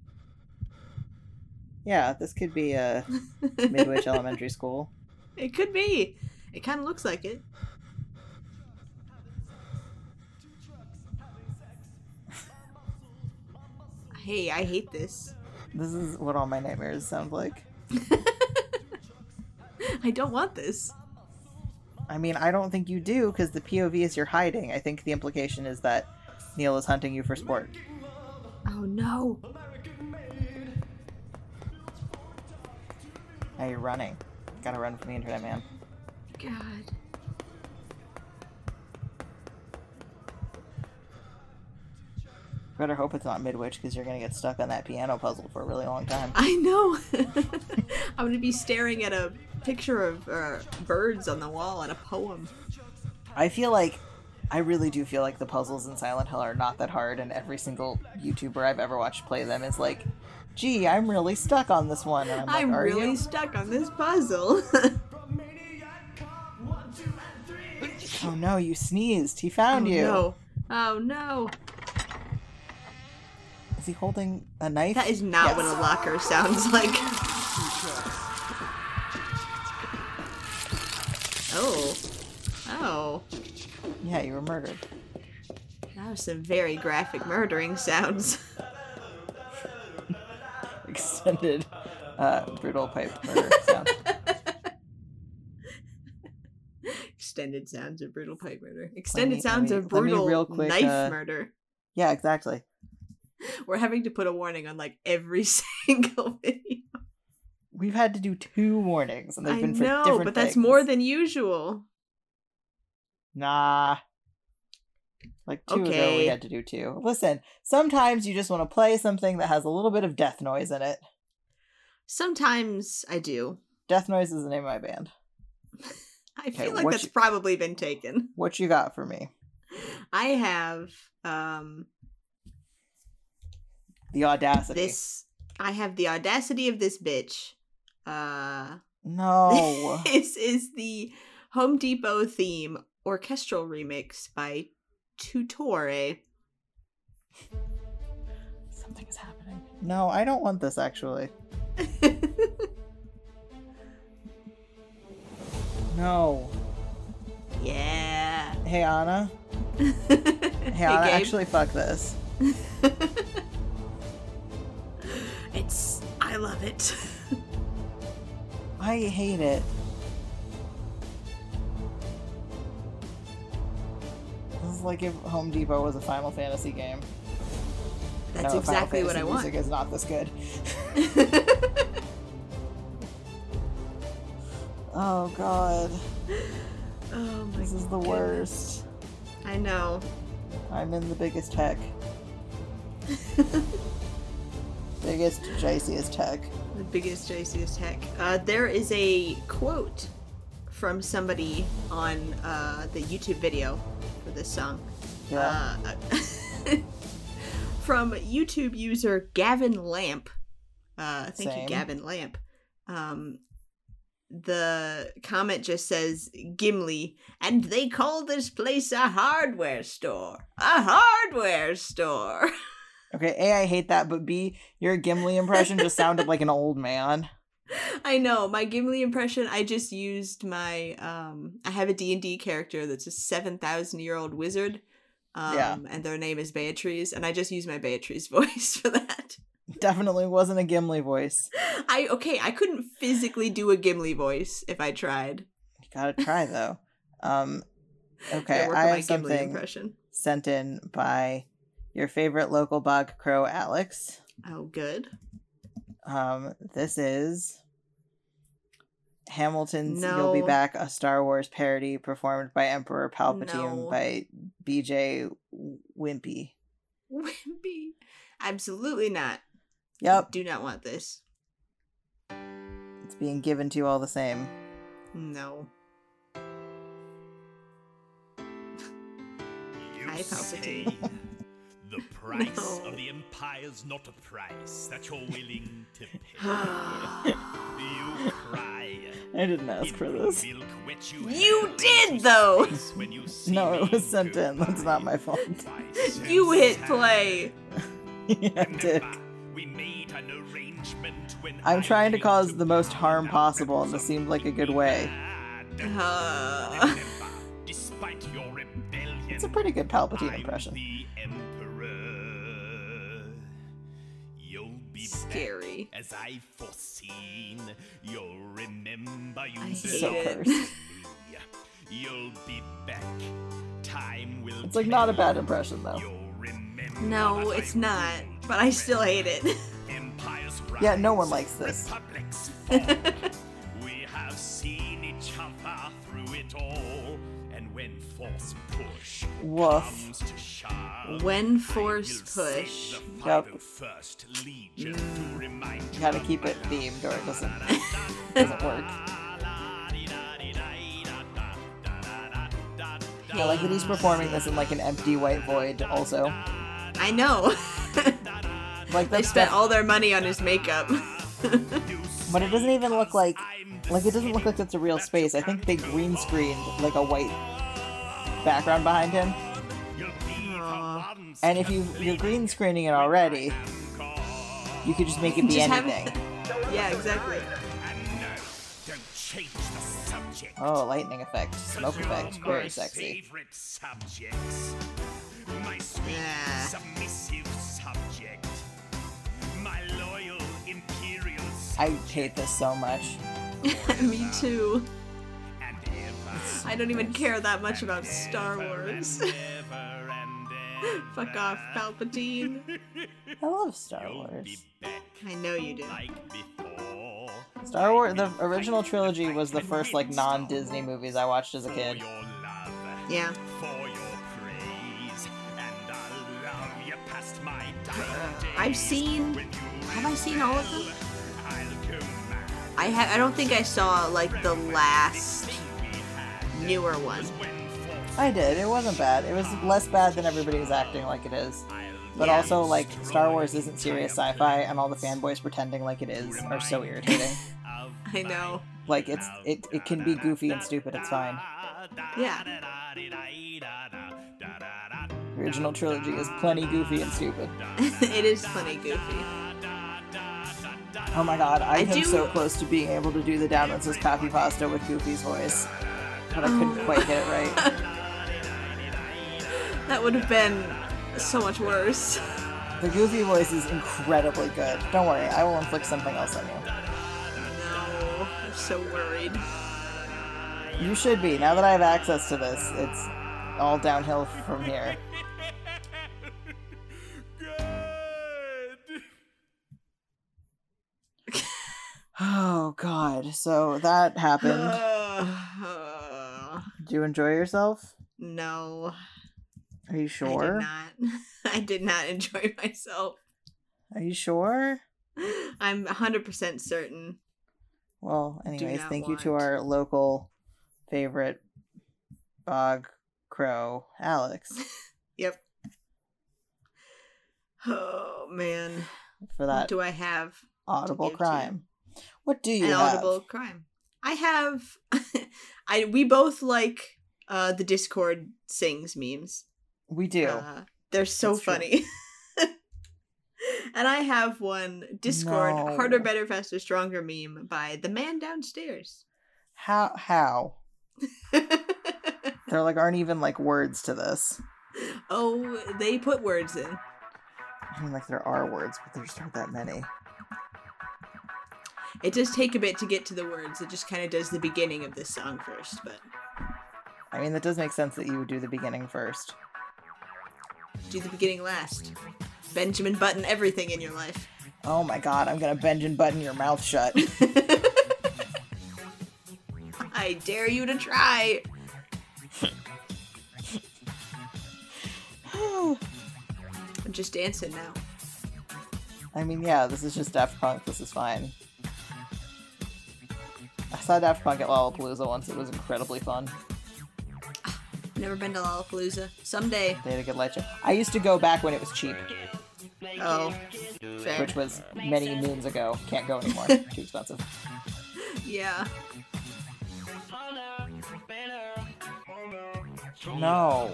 Speaker 2: Yeah, this could be a Midwich Elementary School.
Speaker 1: It could be. It kind of looks like it. Hey, I hate this.
Speaker 2: This is what all my nightmares sound like.
Speaker 1: I don't want this.
Speaker 2: I mean, I don't think you do because the POV is you're hiding. I think the implication is that Neil is hunting you for sport.
Speaker 1: Oh no.
Speaker 2: Now you're running. Gotta run from the internet, man.
Speaker 1: God.
Speaker 2: Better hope it's not Midwich because you're gonna get stuck on that piano puzzle for a really long time.
Speaker 1: I know. I'm gonna be staring at a picture of uh, birds on the wall and a poem.
Speaker 2: I feel like I really do feel like the puzzles in Silent Hill are not that hard, and every single YouTuber I've ever watched play them is like, "Gee, I'm really stuck on this one." And I'm, like,
Speaker 1: I'm
Speaker 2: Are "Oh,
Speaker 1: really
Speaker 2: you?
Speaker 1: stuck on this puzzle.
Speaker 2: Oh no, you sneezed. He found
Speaker 1: oh,
Speaker 2: you.
Speaker 1: No. Oh no.
Speaker 2: Is he holding a knife?
Speaker 1: That is not what a locker sounds like. Oh. Oh.
Speaker 2: Yeah, you were murdered.
Speaker 1: That was some very graphic murdering sounds.
Speaker 2: Extended, uh, brutal pipe murder sound.
Speaker 1: Extended sounds of brutal pipe murder. Extended
Speaker 2: me- let
Speaker 1: sounds
Speaker 2: me-
Speaker 1: of
Speaker 2: let me
Speaker 1: brutal
Speaker 2: real quick,
Speaker 1: knife
Speaker 2: uh,
Speaker 1: murder.
Speaker 2: Yeah, exactly.
Speaker 1: We're having to put a warning on like every single video.
Speaker 2: We've had to do two warnings, and they've
Speaker 1: I
Speaker 2: been for
Speaker 1: know,
Speaker 2: different
Speaker 1: but that's
Speaker 2: things.
Speaker 1: more than usual.
Speaker 2: Nah. Like two ago, we
Speaker 1: Okay.
Speaker 2: had to do two. Listen, sometimes you just want to play something that has a little bit of death noise in it.
Speaker 1: Sometimes I do.
Speaker 2: Death noise is the name of my band.
Speaker 1: I
Speaker 2: Okay,
Speaker 1: feel like
Speaker 2: what
Speaker 1: that's
Speaker 2: you-
Speaker 1: probably been taken.
Speaker 2: What you got for me?
Speaker 1: I have um
Speaker 2: The audacity.
Speaker 1: this I have the audacity of this bitch. Uh
Speaker 2: No.
Speaker 1: this is the Home Depot theme orchestral remix by Tutore.
Speaker 2: Something is happening. No, I don't want this actually. No.
Speaker 1: yeah.
Speaker 2: Hey Anna. Hey
Speaker 1: Hey,
Speaker 2: Anna,
Speaker 1: Gabe.
Speaker 2: actually fuck this.
Speaker 1: It's I love it.
Speaker 2: I hate it. This is like if Home Depot was a Final Fantasy game.
Speaker 1: That's
Speaker 2: No, Final
Speaker 1: exactly what
Speaker 2: Fantasy
Speaker 1: I want.
Speaker 2: Music is not this good. oh god,
Speaker 1: Oh my
Speaker 2: this is the
Speaker 1: goodness.
Speaker 2: worst.
Speaker 1: I know.
Speaker 2: I'm in the biggest heck. biggest, jaiciest heck.
Speaker 1: The biggest, juiciest heck. Uh, there is a quote from somebody on uh, the YouTube video for this song.
Speaker 2: Yeah.
Speaker 1: Uh, from YouTube user Gavin Lamp. Uh, thank
Speaker 2: Same.
Speaker 1: you, Gavin Lamp. Um, the comment just says Gimli, and they call this place a hardware store. A hardware store.
Speaker 2: okay, A, I hate that, but B, your Gimli impression just sounded like an old man.
Speaker 1: I know my Gimli impression. I just used my um. I have a D and D character that's a seven thousand year old wizard. Um,
Speaker 2: Yeah.
Speaker 1: And their name is Beatrice, and I just use my Beatrice voice for that.
Speaker 2: Definitely wasn't a Gimli voice.
Speaker 1: I okay. I couldn't physically do a Gimli voice if I tried.
Speaker 2: You gotta try though. Um,
Speaker 1: Gotta
Speaker 2: okay,
Speaker 1: work
Speaker 2: I
Speaker 1: on my
Speaker 2: have
Speaker 1: Gimli
Speaker 2: something
Speaker 1: impression.
Speaker 2: sent in by your favorite local bog crow, Alex.
Speaker 1: Oh, good.
Speaker 2: Um, this is Hamilton's You'll Be
Speaker 1: No.
Speaker 2: Back, a Star Wars parody performed by Emperor Palpatine
Speaker 1: No.
Speaker 2: by BJ Wimpy.
Speaker 1: Wimpy. Absolutely not.
Speaker 2: Yep,
Speaker 1: Do not want this.
Speaker 2: it's being given to you all the same.
Speaker 1: No.
Speaker 9: You
Speaker 1: Hi, Palpatine.
Speaker 9: say the price
Speaker 1: No.
Speaker 9: of the empire's not a price that you're willing to pay. you cry.
Speaker 2: I didn't ask
Speaker 9: It
Speaker 2: for
Speaker 9: will
Speaker 2: this.
Speaker 9: milk wet you
Speaker 1: You
Speaker 9: hell
Speaker 1: did,
Speaker 9: into
Speaker 1: though.
Speaker 9: space when you see
Speaker 2: No, it
Speaker 9: me
Speaker 2: was sent in. That's
Speaker 9: goodbye.
Speaker 2: not my fault.
Speaker 9: Why,
Speaker 1: you hit
Speaker 9: Santa,
Speaker 1: play.
Speaker 2: yeah, I did.
Speaker 9: remember, we made an arrangement when
Speaker 2: I'm
Speaker 9: I
Speaker 2: trying to
Speaker 9: came
Speaker 2: cause the most
Speaker 9: power
Speaker 2: harm
Speaker 9: that
Speaker 2: possible, and this seemed like a good way. Ah.
Speaker 9: bad.
Speaker 1: Uh,
Speaker 9: Remember, despite your rebellion,
Speaker 2: It's a pretty good Palpatine
Speaker 9: I'm
Speaker 2: impression.
Speaker 9: The Emperor. You'll be back
Speaker 1: Scary.
Speaker 9: as I foreseen. You'll remember you
Speaker 1: I hate
Speaker 2: So
Speaker 9: belong
Speaker 1: it.
Speaker 2: cursed.
Speaker 9: to me. You'll be back. Time will.
Speaker 2: It's like
Speaker 9: tell.
Speaker 2: not a bad impression though.
Speaker 9: You'll remember
Speaker 1: No,
Speaker 9: that
Speaker 1: it's
Speaker 9: I
Speaker 1: not.
Speaker 9: ruled
Speaker 1: But I still
Speaker 9: well.
Speaker 1: hate it.
Speaker 9: Empires
Speaker 2: Yeah, no
Speaker 9: rise,
Speaker 2: one likes this.
Speaker 9: republics fall. we have seen each other through it all, and when force push
Speaker 2: Woof.
Speaker 9: comes to shove,
Speaker 1: When
Speaker 9: Um, I
Speaker 1: force
Speaker 9: will send
Speaker 1: push.
Speaker 9: the
Speaker 2: Yep.
Speaker 9: 501st Legion
Speaker 2: Mm.
Speaker 9: to remind you
Speaker 2: Gotta
Speaker 9: of
Speaker 2: keep
Speaker 9: my
Speaker 2: it
Speaker 9: love.
Speaker 2: themed or it doesn't doesn't work. I like that he's performing this in like an empty white void also.
Speaker 1: I know.
Speaker 2: Like
Speaker 1: they
Speaker 2: that's
Speaker 1: spent
Speaker 2: def-
Speaker 1: all their money on his makeup.
Speaker 2: but it doesn't even look like like it doesn't look like it's a real space. I think they green screened like a white background behind him.
Speaker 9: You'll be the
Speaker 1: Aw.
Speaker 9: ones
Speaker 2: And if you you're green screening it already, you could just make it be
Speaker 1: Just have-
Speaker 2: anything.
Speaker 1: yeah, exactly.
Speaker 9: And no, don't change the subject.
Speaker 2: Oh, lightning effect, smoke
Speaker 9: 'cause you're
Speaker 2: effect,
Speaker 9: my
Speaker 2: very sexy.
Speaker 9: favorite subjects. My sweet,
Speaker 1: Yeah.
Speaker 9: submissive subject. My loyal, imperial
Speaker 2: I
Speaker 9: subject.
Speaker 2: hate this so much.
Speaker 1: Me too.
Speaker 9: And ever,
Speaker 1: I don't even care that much about Star Wars.
Speaker 9: ever, and ever.
Speaker 1: Fuck off, Palpatine.
Speaker 2: I love Star
Speaker 9: You'll be
Speaker 2: Wars.
Speaker 9: back
Speaker 1: I know you do.
Speaker 9: like before.
Speaker 2: Star Wars, the original trilogy was the first like non-Disney movies I watched as a
Speaker 9: For
Speaker 2: kid.
Speaker 9: your love.
Speaker 1: Yeah.
Speaker 9: for your praise, and I'll love you past my dying days.
Speaker 1: I've seen.
Speaker 9: When you
Speaker 1: Have I seen all of them?
Speaker 9: I'll go mad.
Speaker 1: I ha- I don't think I saw like the last newer one.
Speaker 2: I did. It wasn't bad. It was less bad than everybody was acting like it is. But
Speaker 1: Yeah.
Speaker 2: also, like, Star Wars isn't serious sci fi, and all the fanboys pretending like it is are so irritating.
Speaker 1: I know.
Speaker 2: like, it's it, it can be goofy and stupid, it's fine.
Speaker 1: Yeah.
Speaker 2: The original trilogy is plenty goofy and stupid.
Speaker 1: it is funny goofy.
Speaker 2: Oh my god, I,
Speaker 1: I
Speaker 2: am
Speaker 1: do-
Speaker 2: so close to being able to do the down says copy pasta with Goofy's voice. But I couldn't quite get it right.
Speaker 1: That would have been so much worse.
Speaker 2: The Goofy voice is incredibly good. Don't worry, I will inflict something else on you.
Speaker 1: No, I'm so worried.
Speaker 2: You should be. Now that I have access to this, it's all downhill from here. Oh god. So that happened. Do you enjoy yourself?
Speaker 1: no,
Speaker 2: Are you sure?
Speaker 1: I did not. I did not enjoy myself.
Speaker 2: Are you sure?
Speaker 1: I'm 100% certain.
Speaker 2: Well, anyways,
Speaker 1: not
Speaker 2: thank you to
Speaker 1: want.
Speaker 2: our local favorite bog crow, Alex,
Speaker 1: Yep. Oh man, what
Speaker 2: for that
Speaker 1: do I have?
Speaker 2: audible
Speaker 1: give to you?
Speaker 2: crime. What do you
Speaker 1: An
Speaker 2: have?
Speaker 1: audible crime. I have. I we both like uh the Discord sings memes.
Speaker 2: We do.
Speaker 1: Uh, they're so
Speaker 2: That's true.
Speaker 1: funny. and I have one Discord
Speaker 2: No.
Speaker 1: harder, better, faster, stronger meme by the man downstairs.
Speaker 2: how how?
Speaker 1: oh,
Speaker 2: There like aren't even like words to this.
Speaker 1: Oh, they put words in.
Speaker 2: I mean like there are words, but there just aren't that many.
Speaker 1: It does take a bit to get to the words. It just kind of does the beginning of this song first, but
Speaker 2: I mean that does make sense that you would do the beginning first.
Speaker 1: do the beginning last. Benjamin Button everything in your life.
Speaker 2: Oh my god, I'm gonna bend and button your mouth shut.
Speaker 1: I dare you to try. I'm just dancing now.
Speaker 2: I mean, yeah, this is just Daft Punk. This is fine. I saw Daft Punk at Lollapalooza once. It was incredibly fun.
Speaker 1: Never been to Lollapalooza. Someday.
Speaker 2: They had a good light show. I used to go back when it was cheap,
Speaker 1: Oh, fair.
Speaker 2: which was many moons ago. Can't go anymore. Too expensive.
Speaker 1: Yeah.
Speaker 2: No.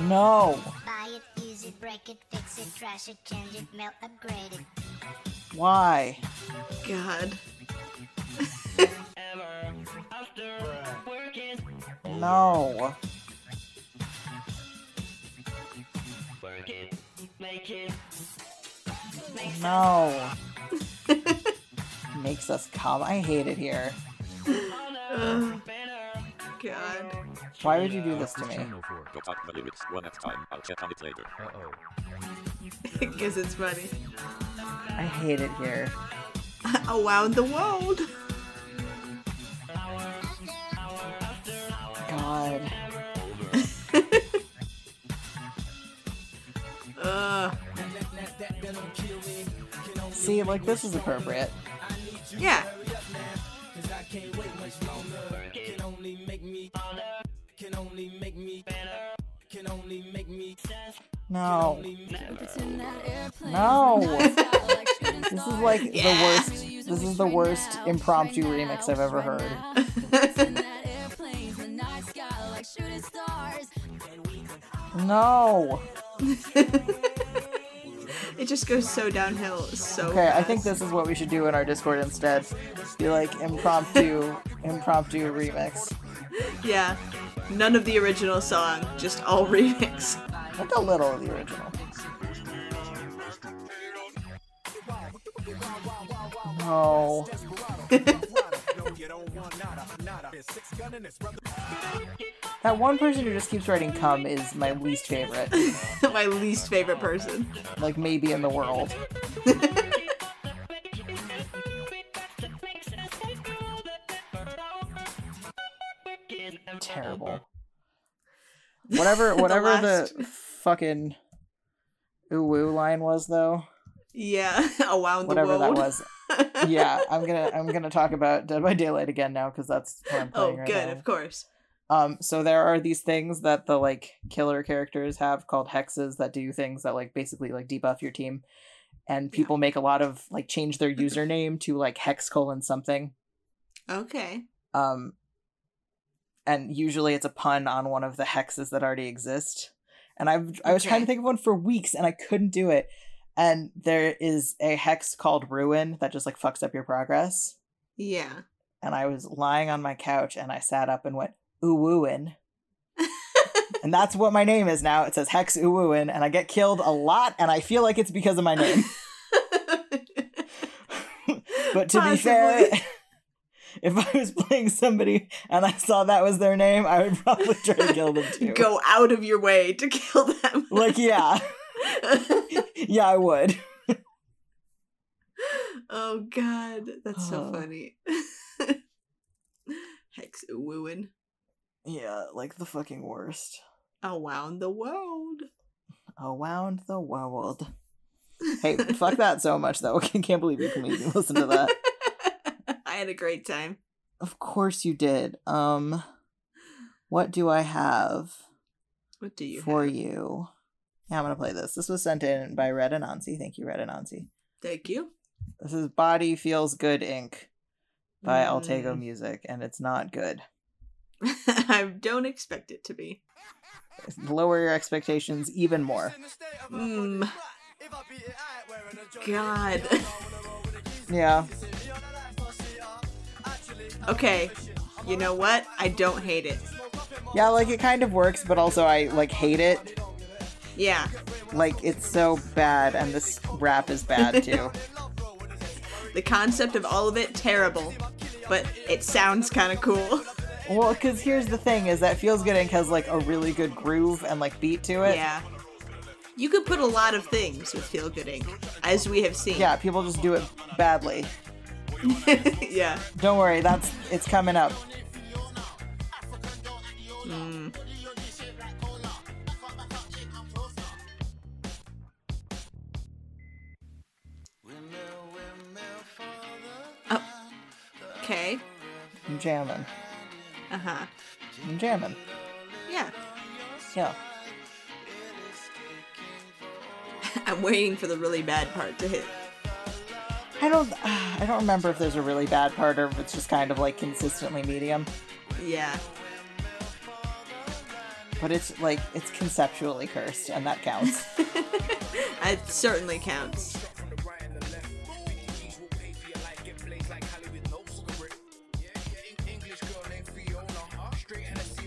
Speaker 2: no.
Speaker 6: Buy it, use it, break it, fix it, trash it, change it, melt, upgrade it.
Speaker 2: Why?
Speaker 1: God.
Speaker 2: No. No. Makes us come. I hate it here.
Speaker 1: Ugh. God.
Speaker 2: Why would you do this to me?
Speaker 10: Look up the lyrics one at a time. I'll check on it later.
Speaker 1: Because it's funny.
Speaker 2: I hate it here.
Speaker 1: Around the world.
Speaker 2: God.
Speaker 1: Ugh.
Speaker 2: See, like this is appropriate.
Speaker 1: Yeah.
Speaker 2: No. No. This is like the worst. This is the worst impromptu remix I've ever heard. No.
Speaker 1: It just goes so downhill so
Speaker 2: Okay, I think this is what we should do in our Discord instead. Be like impromptu, impromptu remix.
Speaker 1: Yeah. None of the original song, just all remix.
Speaker 2: Like a little of the original. No. that one person who just keeps writing "cum" is my least favorite,
Speaker 1: My least favorite person.
Speaker 2: like maybe in the world. Terrible. Whatever,
Speaker 1: The
Speaker 2: whatever the, fucking ooh woo line was though.
Speaker 1: Yeah. Around
Speaker 2: whatever
Speaker 1: the
Speaker 2: that
Speaker 1: world.
Speaker 2: was. yeah, I'm gonna I'm gonna talk about Dead by Daylight again now because that's what I'm playing
Speaker 1: Oh,
Speaker 2: right
Speaker 1: good,
Speaker 2: now.
Speaker 1: of course.
Speaker 2: Um, so there are these things that the like killer characters have called hexes that do things that like basically like debuff your team, and people make a lot of like change their username to like hex colon something.
Speaker 1: Okay.
Speaker 2: Um, and usually it's a pun on one of the hexes that already exist. And I've I was trying
Speaker 1: Okay.
Speaker 2: to think of one for weeks and I couldn't do it. And there is a hex called ruin that just like fucks up your progress.
Speaker 1: Yeah.
Speaker 2: and I was lying on my couch and I sat up and went ooh-ooin. and that's what my name is now. It says Hex Ooh-ooin and I get killed a lot and I feel like it's because of my name. but to be fair,
Speaker 1: Possibly.
Speaker 2: if I was playing somebody and I saw that was their name, I would probably try to kill them too.
Speaker 1: Go out of your way to kill them.
Speaker 2: Like yeah. yeah, I would.
Speaker 1: oh god, that's so
Speaker 2: Oh.
Speaker 1: funny. Hex wooing
Speaker 2: Yeah, like the fucking worst.
Speaker 1: around the world.
Speaker 2: Around the world. Hey, fuck that so much though. I can't believe you can even listen to that.
Speaker 1: I had a great time.
Speaker 2: Of course you did. Um what do I have
Speaker 1: What do you
Speaker 2: for
Speaker 1: have?
Speaker 2: you? Yeah, I'm gonna play this. This was sent in by Red Anansi. Thank you, Red Anansi.
Speaker 1: Thank you.
Speaker 2: This is Body Feels Good Inc. by Altego
Speaker 1: Mm.
Speaker 2: Music, and it's not good.
Speaker 1: I don't expect it to be.
Speaker 2: Lower your expectations even more.
Speaker 1: Mm. God.
Speaker 2: Yeah.
Speaker 1: Okay. You know what? I don't hate it.
Speaker 2: Yeah, like it kind of works, but also I like hate it.
Speaker 1: Yeah.
Speaker 2: Like it's so bad and this rap is bad too.
Speaker 1: The concept of all of it terrible, but it sounds kind of cool.
Speaker 2: well, cause here's the thing is that Feels Good Inc. has like a really good groove and like beat to it.
Speaker 1: Yeah. You could put a lot of things with Feel Good Inc., as we have seen.
Speaker 2: Yeah, people just do it badly.
Speaker 1: yeah.
Speaker 2: Don't worry, that's it's coming up.
Speaker 1: Mm. Oh. Okay.
Speaker 2: I'm jamming.
Speaker 1: Uh huh.
Speaker 2: I'm jamming.
Speaker 1: Yeah.
Speaker 2: Yeah.
Speaker 1: I'm waiting for the really bad part to hit.
Speaker 2: I don't I don't remember if there's a really bad part or if it's just kind of like consistently medium.
Speaker 1: Yeah.
Speaker 2: But it's like it's conceptually cursed and that counts.
Speaker 1: It certainly counts.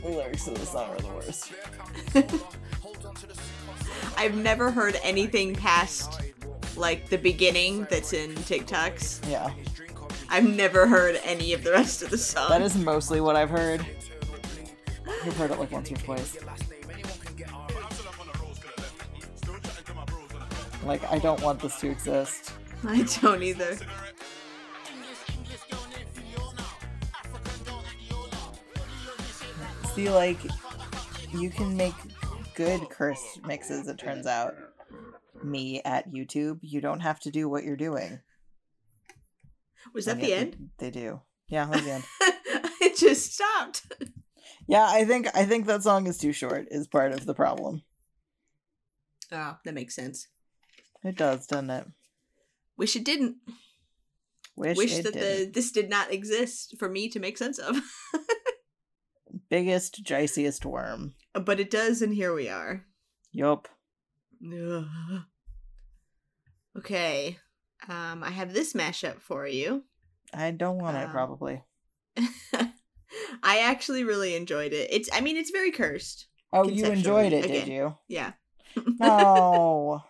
Speaker 2: the lyrics of the song are the worst.
Speaker 1: I've never heard anything past like the beginning that's in TikToks.
Speaker 2: Yeah.
Speaker 1: I've never heard any of the rest of the song.
Speaker 2: That is mostly what I've heard. I've heard it like once or twice. Like I don't want this to exist.
Speaker 1: I don't either.
Speaker 2: See, like, you can make good curse mixes, it turns out. Me at YouTube, you don't have to do what you're doing.
Speaker 1: Was that
Speaker 2: And
Speaker 1: the
Speaker 2: yet
Speaker 1: end?
Speaker 2: They, they do. Yeah, that's the end.
Speaker 1: it just stopped.
Speaker 2: yeah, I think I think that song is too short is part of the problem.
Speaker 1: Oh, that makes sense.
Speaker 2: It does, doesn't it?
Speaker 1: Wish it didn't.
Speaker 2: Wish,
Speaker 1: Wish
Speaker 2: it
Speaker 1: that
Speaker 2: didn't.
Speaker 1: the this did not exist for me to make sense of.
Speaker 2: biggest, jiciest worm.
Speaker 1: but it does, and here we are.
Speaker 2: Yup.
Speaker 1: Ugh. Okay. Um, I have this mashup for you.
Speaker 2: I don't want it,
Speaker 1: Um,
Speaker 2: probably.
Speaker 1: I actually really enjoyed it. It's I mean it's very cursed.
Speaker 2: Oh, you enjoyed
Speaker 1: conceptually,
Speaker 2: it, did
Speaker 1: again.
Speaker 2: you?
Speaker 1: Yeah.
Speaker 2: No.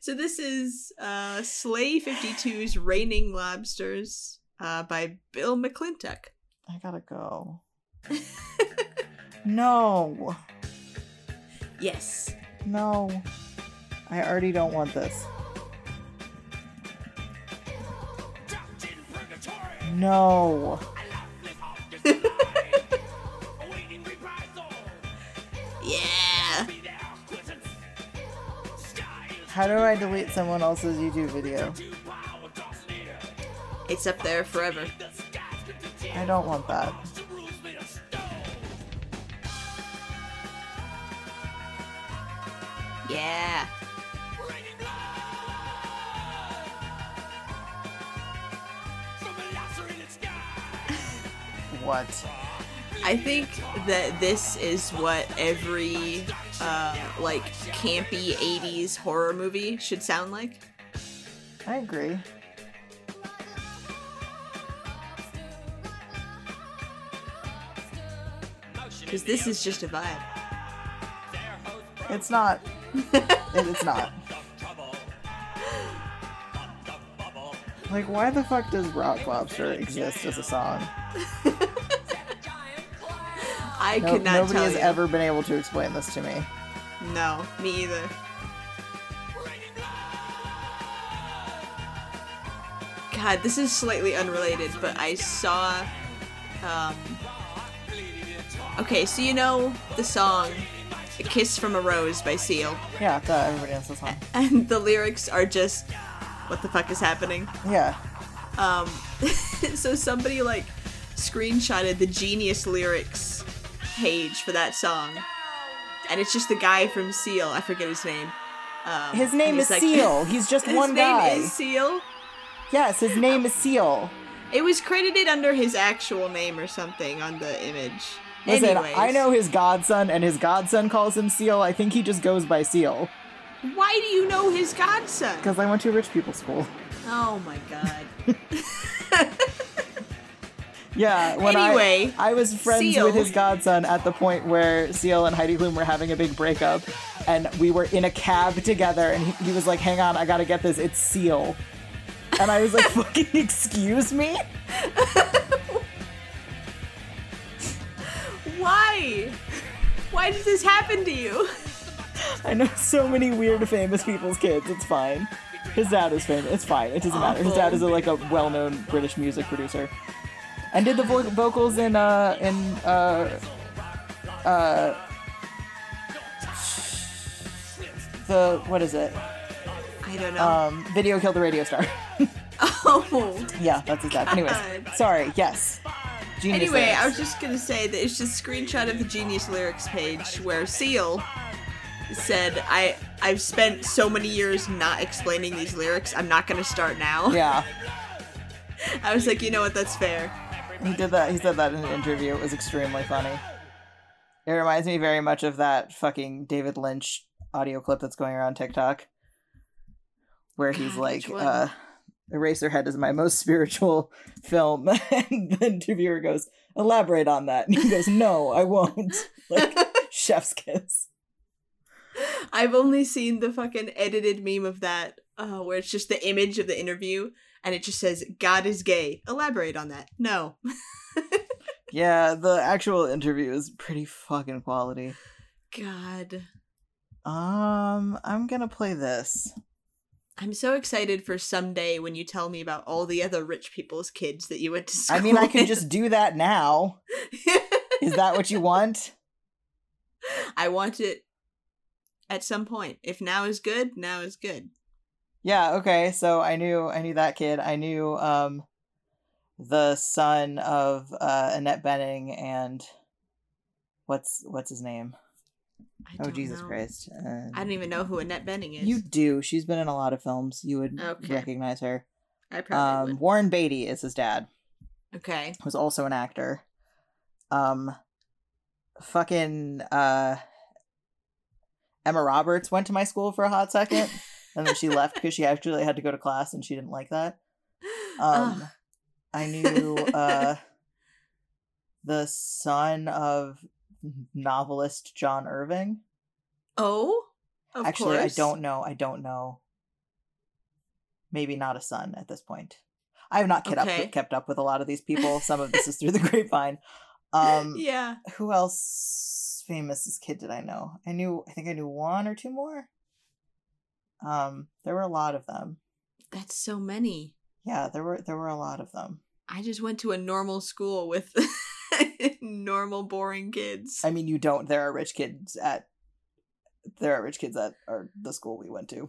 Speaker 1: So this is uh Slay 52's Raining Lobsters uh by Bill McClintock.
Speaker 2: I gotta go. no.
Speaker 1: Yes.
Speaker 2: No. I already don't want this. No.
Speaker 1: Yeah.
Speaker 2: How do I delete someone else's YouTube video?
Speaker 1: It's up there forever.
Speaker 2: I don't want that.
Speaker 1: Yeah.
Speaker 2: What?
Speaker 1: I think that this is what every uh like campy 80s horror movie should sound like.
Speaker 2: I agree.
Speaker 1: Cuz this is just a vibe.
Speaker 2: It's not. It- it's not. Like, why the fuck does Rock Lobster exist as a song?
Speaker 1: I
Speaker 2: No-
Speaker 1: could not
Speaker 2: nobody
Speaker 1: tell
Speaker 2: has
Speaker 1: you.
Speaker 2: ever been able to explain this to me.
Speaker 1: No, me either. God, this is slightly unrelated, but I saw. Um, okay, so you know the song A Kiss from a Rose by Seal,
Speaker 2: Yeah, duh, everybody else is on.
Speaker 1: and the lyrics are just, What the fuck is happening?
Speaker 2: Yeah.
Speaker 1: Um, so somebody like screenshotted the genius lyrics page for that song, and it's just the guy from Seal. I forget his name. Um,
Speaker 2: His
Speaker 1: and
Speaker 2: name
Speaker 1: he's
Speaker 2: is
Speaker 1: like-
Speaker 2: Seal. He's just
Speaker 1: his
Speaker 2: one
Speaker 1: name
Speaker 2: guy.
Speaker 1: is Seal.
Speaker 2: Yes, his name is Seal.
Speaker 1: It was credited under his actual name or something on the image.
Speaker 2: Listen,
Speaker 1: Anyways,
Speaker 2: I know his godson, and his godson calls him Seal. I think he just goes by Seal
Speaker 1: Why do you know his godson?
Speaker 2: because I went to a rich people school.
Speaker 1: Oh my god.
Speaker 2: Yeah. When
Speaker 1: Anyway,
Speaker 2: I, I was friends
Speaker 1: Seal.
Speaker 2: with his godson at the point where Seal and Heidi Klum were having a big breakup, and we were in a cab together, and he, he was like, "Hang on, I gotta get this. It's Seal," and I was like, "Fucking excuse me."
Speaker 1: Why? Why did this happen to you?
Speaker 2: I know so many weird famous people's kids. It's fine. His dad is famous. It's fine. It doesn't matter. His dad is a, like a well-known British music producer, and did the vo- vocals in uh in uh uh the what is it?
Speaker 1: I don't know.
Speaker 2: Um, video killed the radio star.
Speaker 1: oh.
Speaker 2: yeah, that's his dad. Anyways,
Speaker 1: God.
Speaker 2: sorry. Yes. Genius
Speaker 1: Anyway,
Speaker 2: lyrics.
Speaker 1: I was just gonna say that it's just a screenshot of the Genius Lyrics page where Seal said, "I I've spent so many years not explaining these lyrics. I'm not gonna start now."
Speaker 2: yeah.
Speaker 1: I was like, you know what? That's fair.
Speaker 2: He did that. He said that in an interview. It was extremely funny. It reminds me very much of that fucking David Lynch audio clip that's going around TikTok, where he's
Speaker 1: God,
Speaker 2: like,
Speaker 1: which one?
Speaker 2: uh, "Eraserhead is my most spiritual film," and the interviewer goes, "Elaborate on that." And he goes, "No, I won't." Like chef's kiss.
Speaker 1: I've only seen the fucking edited meme of that, uh, where it's just the image of the interview and it just says, "God is gay." Elaborate on that. No.
Speaker 2: Yeah, the actual interview is pretty fucking quality.
Speaker 1: God,
Speaker 2: Um, I'm gonna play this.
Speaker 1: I'm so excited for someday when you tell me about all the other rich people's kids that you went to school.
Speaker 2: I mean, I
Speaker 1: with.
Speaker 2: can just do that now. Is that what you want?
Speaker 1: I want it at some point. If now is good, now is good.
Speaker 2: Yeah, okay. So I knew I knew that kid. I knew um the son of uh Annette Benning and what's what's his name?
Speaker 1: I
Speaker 2: Oh
Speaker 1: don't
Speaker 2: Jesus
Speaker 1: know.
Speaker 2: Christ. Uh,
Speaker 1: I don't even know who Annette Benning is.
Speaker 2: You do. She's been in a lot of films. You would
Speaker 1: Okay.
Speaker 2: recognize her.
Speaker 1: I probably
Speaker 2: Um
Speaker 1: would.
Speaker 2: Warren Beatty is his dad,
Speaker 1: Okay.
Speaker 2: who's also an actor. Um fucking uh Emma Roberts went to my school for a hot second, and then she left because she actually had to go to class and she didn't like that. Um,
Speaker 1: Ugh.
Speaker 2: I knew uh, the son of novelist John Irving.
Speaker 1: Oh, of
Speaker 2: actually,
Speaker 1: course.
Speaker 2: I don't know. I don't know. Maybe not a son at this point. I have not kept
Speaker 1: Okay.
Speaker 2: up kept up with a lot of these people. Some of this is through the grapevine. Um,
Speaker 1: yeah.
Speaker 2: who else famous as kid did I know? I knew I think I knew one or two more. Um, there were a lot of them.
Speaker 1: That's so many.
Speaker 2: Yeah, there were there were a lot of them.
Speaker 1: I just went to a normal school with normal, boring kids.
Speaker 2: I mean, you don't. There are rich kids at there are rich kids at or the school we went to.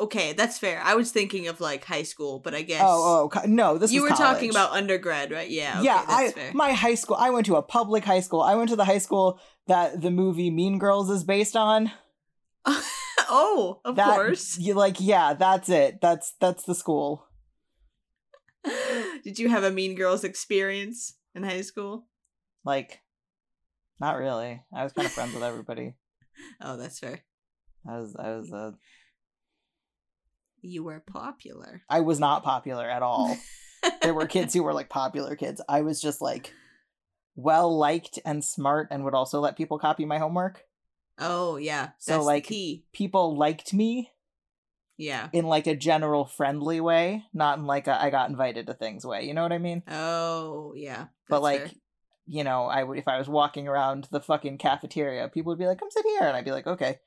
Speaker 1: Okay, that's fair. I was thinking of like high school, but I guess.
Speaker 2: Oh, oh co- no, this
Speaker 1: you were
Speaker 2: was
Speaker 1: talking
Speaker 2: college.
Speaker 1: about undergrad, right? Yeah. Okay,
Speaker 2: yeah,
Speaker 1: that's
Speaker 2: I
Speaker 1: fair.
Speaker 2: my high school. I went to a public high school. I went to the high school that the movie Mean Girls is based on.
Speaker 1: oh, of
Speaker 2: that,
Speaker 1: course.
Speaker 2: You like, yeah, that's it. That's that's the school.
Speaker 1: Did you have a Mean Girls experience in high school?
Speaker 2: Like, not really. I was kind of friends with everybody.
Speaker 1: Oh, that's fair.
Speaker 2: I was I was uh,
Speaker 1: You were popular.
Speaker 2: I was not popular at all. there were kids who were like popular kids. I was just like well liked and smart and would also let people copy my homework.
Speaker 1: Oh, yeah.
Speaker 2: So,
Speaker 1: that's the
Speaker 2: like-
Speaker 1: key.
Speaker 2: People liked me
Speaker 1: Yeah.
Speaker 2: in like a general friendly way, not in like a I got invited to things way. You know what I mean?
Speaker 1: Oh, yeah.
Speaker 2: but
Speaker 1: that's
Speaker 2: like
Speaker 1: fair.
Speaker 2: you know, I would if I was walking around the fucking cafeteria, people would be like, "Come sit here," and I'd be like, "Okay,"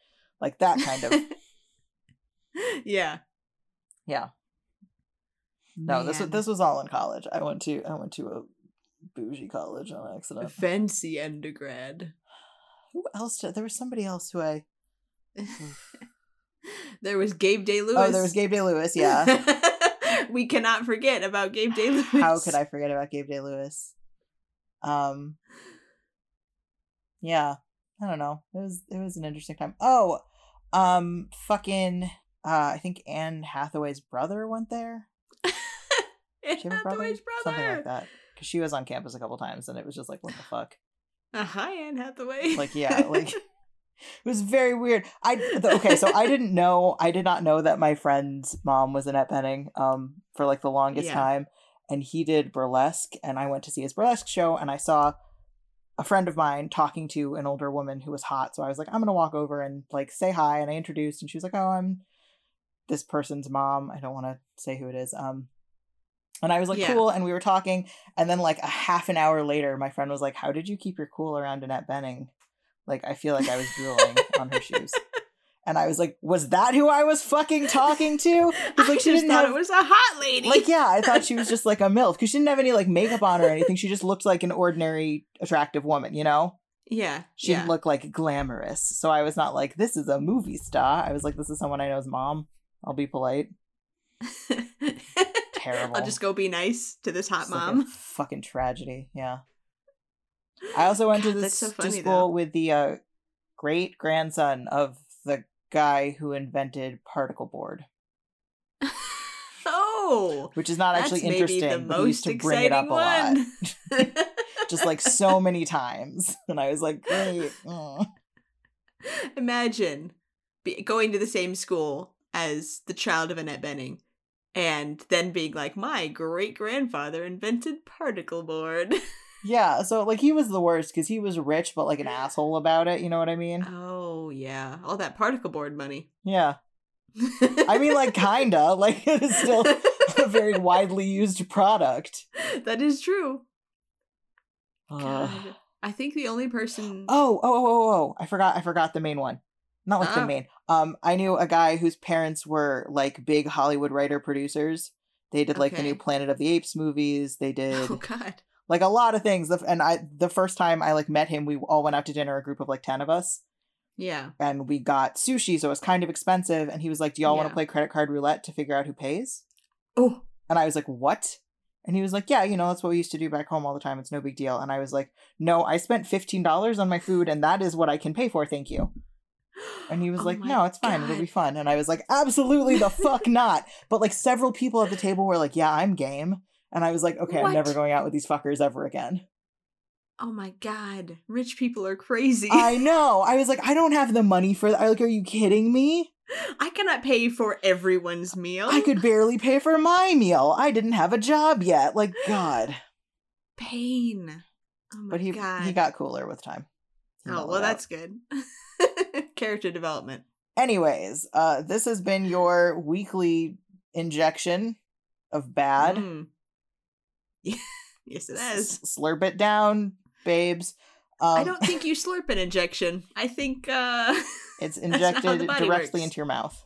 Speaker 2: like that kind of.
Speaker 1: yeah.
Speaker 2: Yeah. no, this
Speaker 1: Man.
Speaker 2: was this was all in college. I went to I went to a bougie college on accident.
Speaker 1: fancy undergrad.
Speaker 2: Who else? Did, there was somebody else who I.
Speaker 1: there was Gabe Day Lewis.
Speaker 2: Oh, there was Gabe Day Lewis. Yeah.
Speaker 1: we cannot forget about Gabe Day Lewis.
Speaker 2: How could I forget about Gabe Day Lewis? Um. Yeah, I don't know. It was it was an interesting time. Oh, um, fucking. Uh, I think Anne Hathaway's brother went there.
Speaker 1: Anne
Speaker 2: Did she have a brother?
Speaker 1: Hathaway's brother.
Speaker 2: Something like that. Because she was on campus a couple times, and it was just like, what the fuck?
Speaker 1: Uh, hi, Anne Hathaway.
Speaker 2: Like, yeah, like it was very weird. I the, okay, so I didn't know. I did not know that my friend's mom was Annette Benning. Um, for like the longest
Speaker 1: Yeah.
Speaker 2: time, and he did burlesque, and I went to see his burlesque show, and I saw a friend of mine talking to an older woman who was hot. So I was like, I'm gonna walk over and like say hi, and I introduced, and she was like, Oh, I'm this person's mom. I don't want to say who it is. Um. And I was like,
Speaker 1: Yeah.
Speaker 2: cool. And we were talking. And then, like, a half an hour later, my friend was like, How did you keep your cool around Annette Benning? Like I feel like I was drooling on her shoes. And I was like, was that who I was fucking talking to?
Speaker 1: I
Speaker 2: Because like she
Speaker 1: just
Speaker 2: didn't
Speaker 1: thought
Speaker 2: have
Speaker 1: it was a hot lady.
Speaker 2: like yeah, I thought she was just like a MILF because she didn't have any like makeup on or anything. She just looked like an ordinary attractive woman, you know?
Speaker 1: yeah,
Speaker 2: She
Speaker 1: yeah.
Speaker 2: didn't look like glamorous. So I was not like, this is a movie star. I was like, this is someone I know's mom. I'll be polite. Terrible.
Speaker 1: I'll just go be nice to this hot
Speaker 2: It's like a
Speaker 1: mom.
Speaker 2: fucking tragedy. Yeah. I also went to
Speaker 1: God, that's
Speaker 2: this
Speaker 1: so
Speaker 2: to
Speaker 1: funny,
Speaker 2: school
Speaker 1: though.
Speaker 2: with the uh, great grandson of the guy who invented particle board,
Speaker 1: oh,
Speaker 2: which is not
Speaker 1: that's
Speaker 2: actually
Speaker 1: maybe the
Speaker 2: interesting. but he used
Speaker 1: most
Speaker 2: to bring it up
Speaker 1: exciting
Speaker 2: a lot,
Speaker 1: one.
Speaker 2: just like so many times, and I was like, great. mm.
Speaker 1: Imagine be- going to the same school as the child of Annette Benning and then being like, my great grandfather invented particle board.
Speaker 2: Yeah, so like he was the worst because he was rich but like an asshole about it. You know what I mean?
Speaker 1: oh, yeah. All that particle board money.
Speaker 2: Yeah, I mean like kinda like it is still a very widely used product.
Speaker 1: that is true.
Speaker 2: Ugh.
Speaker 1: God. I think the only person.
Speaker 2: Oh, oh, oh, oh, oh. I forgot I forgot the main one. Not like
Speaker 1: Ah.
Speaker 2: the main. Um I knew a guy whose parents were like big Hollywood writer producers. They did like the new
Speaker 1: Okay.
Speaker 2: Planet of the Apes movies. They did
Speaker 1: Oh, God.
Speaker 2: like a lot of things. The f- And I the first time I like met him, we all went out to dinner, a group of like 10 of us,
Speaker 1: Yeah.
Speaker 2: and we got sushi, so it was kind of expensive and he was like, "Do y'all want
Speaker 1: Yeah.
Speaker 2: to play credit card roulette to figure out who pays?"
Speaker 1: Oh,
Speaker 2: And I was like, "What?" And he was like, "Yeah, you know, that's what we used to do back home all the time. It's no big deal." And I was like, "No, I spent $15 on my food and that is what I can pay for. Thank you." And he was
Speaker 1: Oh
Speaker 2: like,
Speaker 1: my
Speaker 2: "No, it's fine. It'll
Speaker 1: God.
Speaker 2: be fun." And I was like, "Absolutely the fuck not." But like several people at the table were like, "Yeah, I'm game." And I was like, "Okay, I'm never
Speaker 1: What?
Speaker 2: going out with these fuckers ever again."
Speaker 1: Oh my god, rich people are crazy.
Speaker 2: I know. I was like, I don't have the money for that. I Like, are you kidding me?
Speaker 1: I cannot pay for everyone's meal.
Speaker 2: I could barely pay for my meal. I didn't have a job yet. Like, God.
Speaker 1: pain. Oh my
Speaker 2: But he
Speaker 1: god.
Speaker 2: he got cooler with time. He
Speaker 1: oh
Speaker 2: mellowed
Speaker 1: well,
Speaker 2: out.
Speaker 1: that's good. Character development.
Speaker 2: Anyways, uh, this has been your weekly injection of bad.
Speaker 1: Mm. yes, it is.
Speaker 2: S- slurp it down, babes. Um,
Speaker 1: I don't think you slurp an injection. I think uh
Speaker 2: it's
Speaker 1: that's not how the
Speaker 2: injected
Speaker 1: body
Speaker 2: directly
Speaker 1: works.
Speaker 2: into your mouth.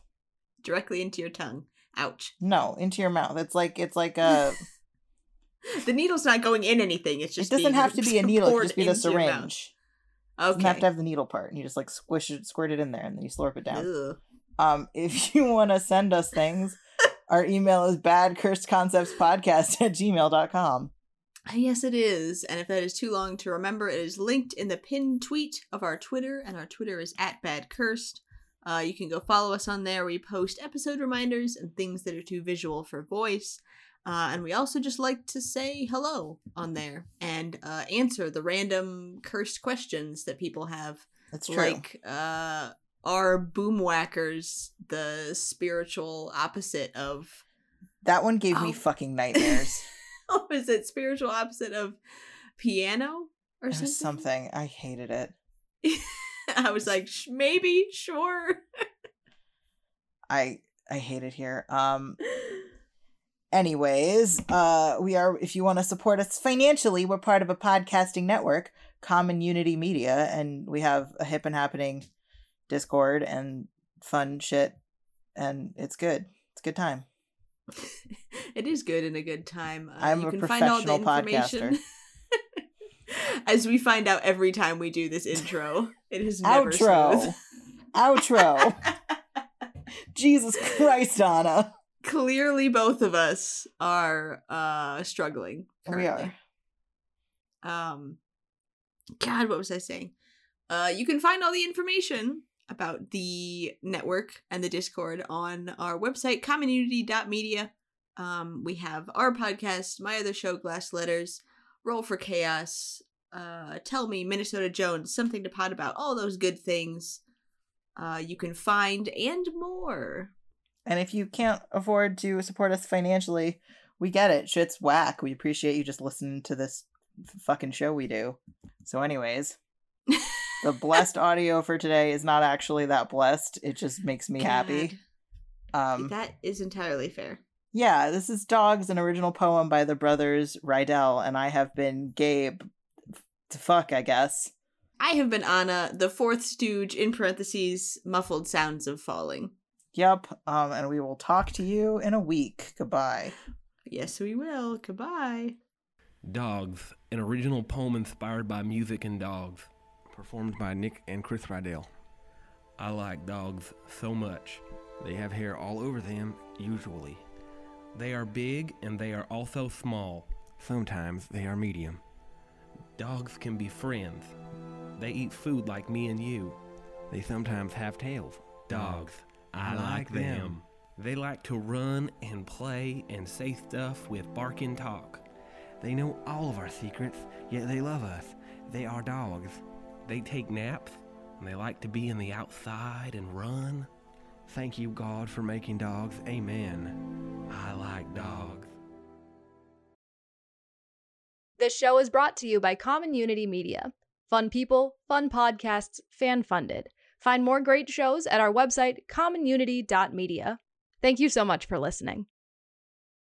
Speaker 1: directly into your tongue. Ouch.
Speaker 2: No, into your mouth. It's like it's like uh, a.
Speaker 1: The needle's not going in anything. It's
Speaker 2: it
Speaker 1: just
Speaker 2: doesn't
Speaker 1: being
Speaker 2: have to be a needle. It could
Speaker 1: poured
Speaker 2: just be the
Speaker 1: into your mouth.
Speaker 2: syringe. It
Speaker 1: Okay.
Speaker 2: doesn't have to have the needle part, and you just like squish it, squirt it in there, and then you slurp it down.
Speaker 1: Ugh.
Speaker 2: Um, if you want to send us things, our email is badcursedconceptspodcast at gmail.com.
Speaker 1: Ah, Yes, it is. And if that is too long to remember, it is linked in the pinned tweet of our Twitter, and our Twitter is at Bad Cursed. Uh, you can go follow us on there. We post episode reminders and things that are too visual for voice. Uh, and we also just like to say hello on there and uh, answer the random cursed questions that people have.
Speaker 2: That's true.
Speaker 1: Like, uh, are boomwhackers the spiritual opposite of
Speaker 2: that one gave
Speaker 1: Oh.
Speaker 2: me fucking nightmares
Speaker 1: oh, is it spiritual opposite of piano or
Speaker 2: or
Speaker 1: something?
Speaker 2: something. I hated it.
Speaker 1: I was like, Sh- maybe, sure.
Speaker 2: I I hate it here. Um anyways, uh we are if you want to support us financially, we're part of a podcasting network, Common Unity Media, and we have a hip and happening Discord and fun shit and it's good. It's a good time.
Speaker 1: it is good and a good time. Uh,
Speaker 2: I'm
Speaker 1: you
Speaker 2: a
Speaker 1: can find all the
Speaker 2: professional
Speaker 1: information. As we find out every time we do this intro, it is never smooth.
Speaker 2: Outro. Outro. Jesus Christ, Anna.
Speaker 1: Clearly, both of us are uh struggling.
Speaker 2: We
Speaker 1: currently.
Speaker 2: are.
Speaker 1: um god what was i saying uh you can find all the information about the network and the discord on our website community.media um we have our podcast my other show glass letters roll for chaos uh tell me minnesota jones something to pod about all those good things uh you can find and more
Speaker 2: And if you can't afford to support us financially, we get it. Shit's whack. We appreciate you just listening to this f- fucking show we do. So, anyways, the blessed audio for today is not actually that blessed. It just makes me happy.
Speaker 1: God,
Speaker 2: Um,
Speaker 1: that is entirely fair
Speaker 2: yeah, this is Dogs, an original poem by the brothers Rydell, and I have been Gabe f- to fuck, I guess.
Speaker 1: I have been Anna, the fourth stooge, in parentheses, muffled sounds of falling.
Speaker 2: Yep. Um, and we will talk to you in a week. Goodbye.
Speaker 1: Yes, we will. Goodbye.
Speaker 11: Dogs, an original poem inspired by music and dogs, performed by Nick and Chris Rydell. I like dogs so much. They have hair all over them, usually. They are big and they are also small. Sometimes they are medium. Dogs can be friends. They eat food like me and you. They sometimes have tails. Dogs, I like them. They like to run and play and say stuff with bark and talk. They know all of our secrets, yet they love us. They are dogs. They take naps, and they like to be in the outside and run. Thank you, God, for making dogs. Amen. I like dogs.
Speaker 12: This show is brought to you by Common Unity Media. Fun people, fun podcasts, fan funded. Find more great shows at our website, commonunity.media. Thank you so much for listening.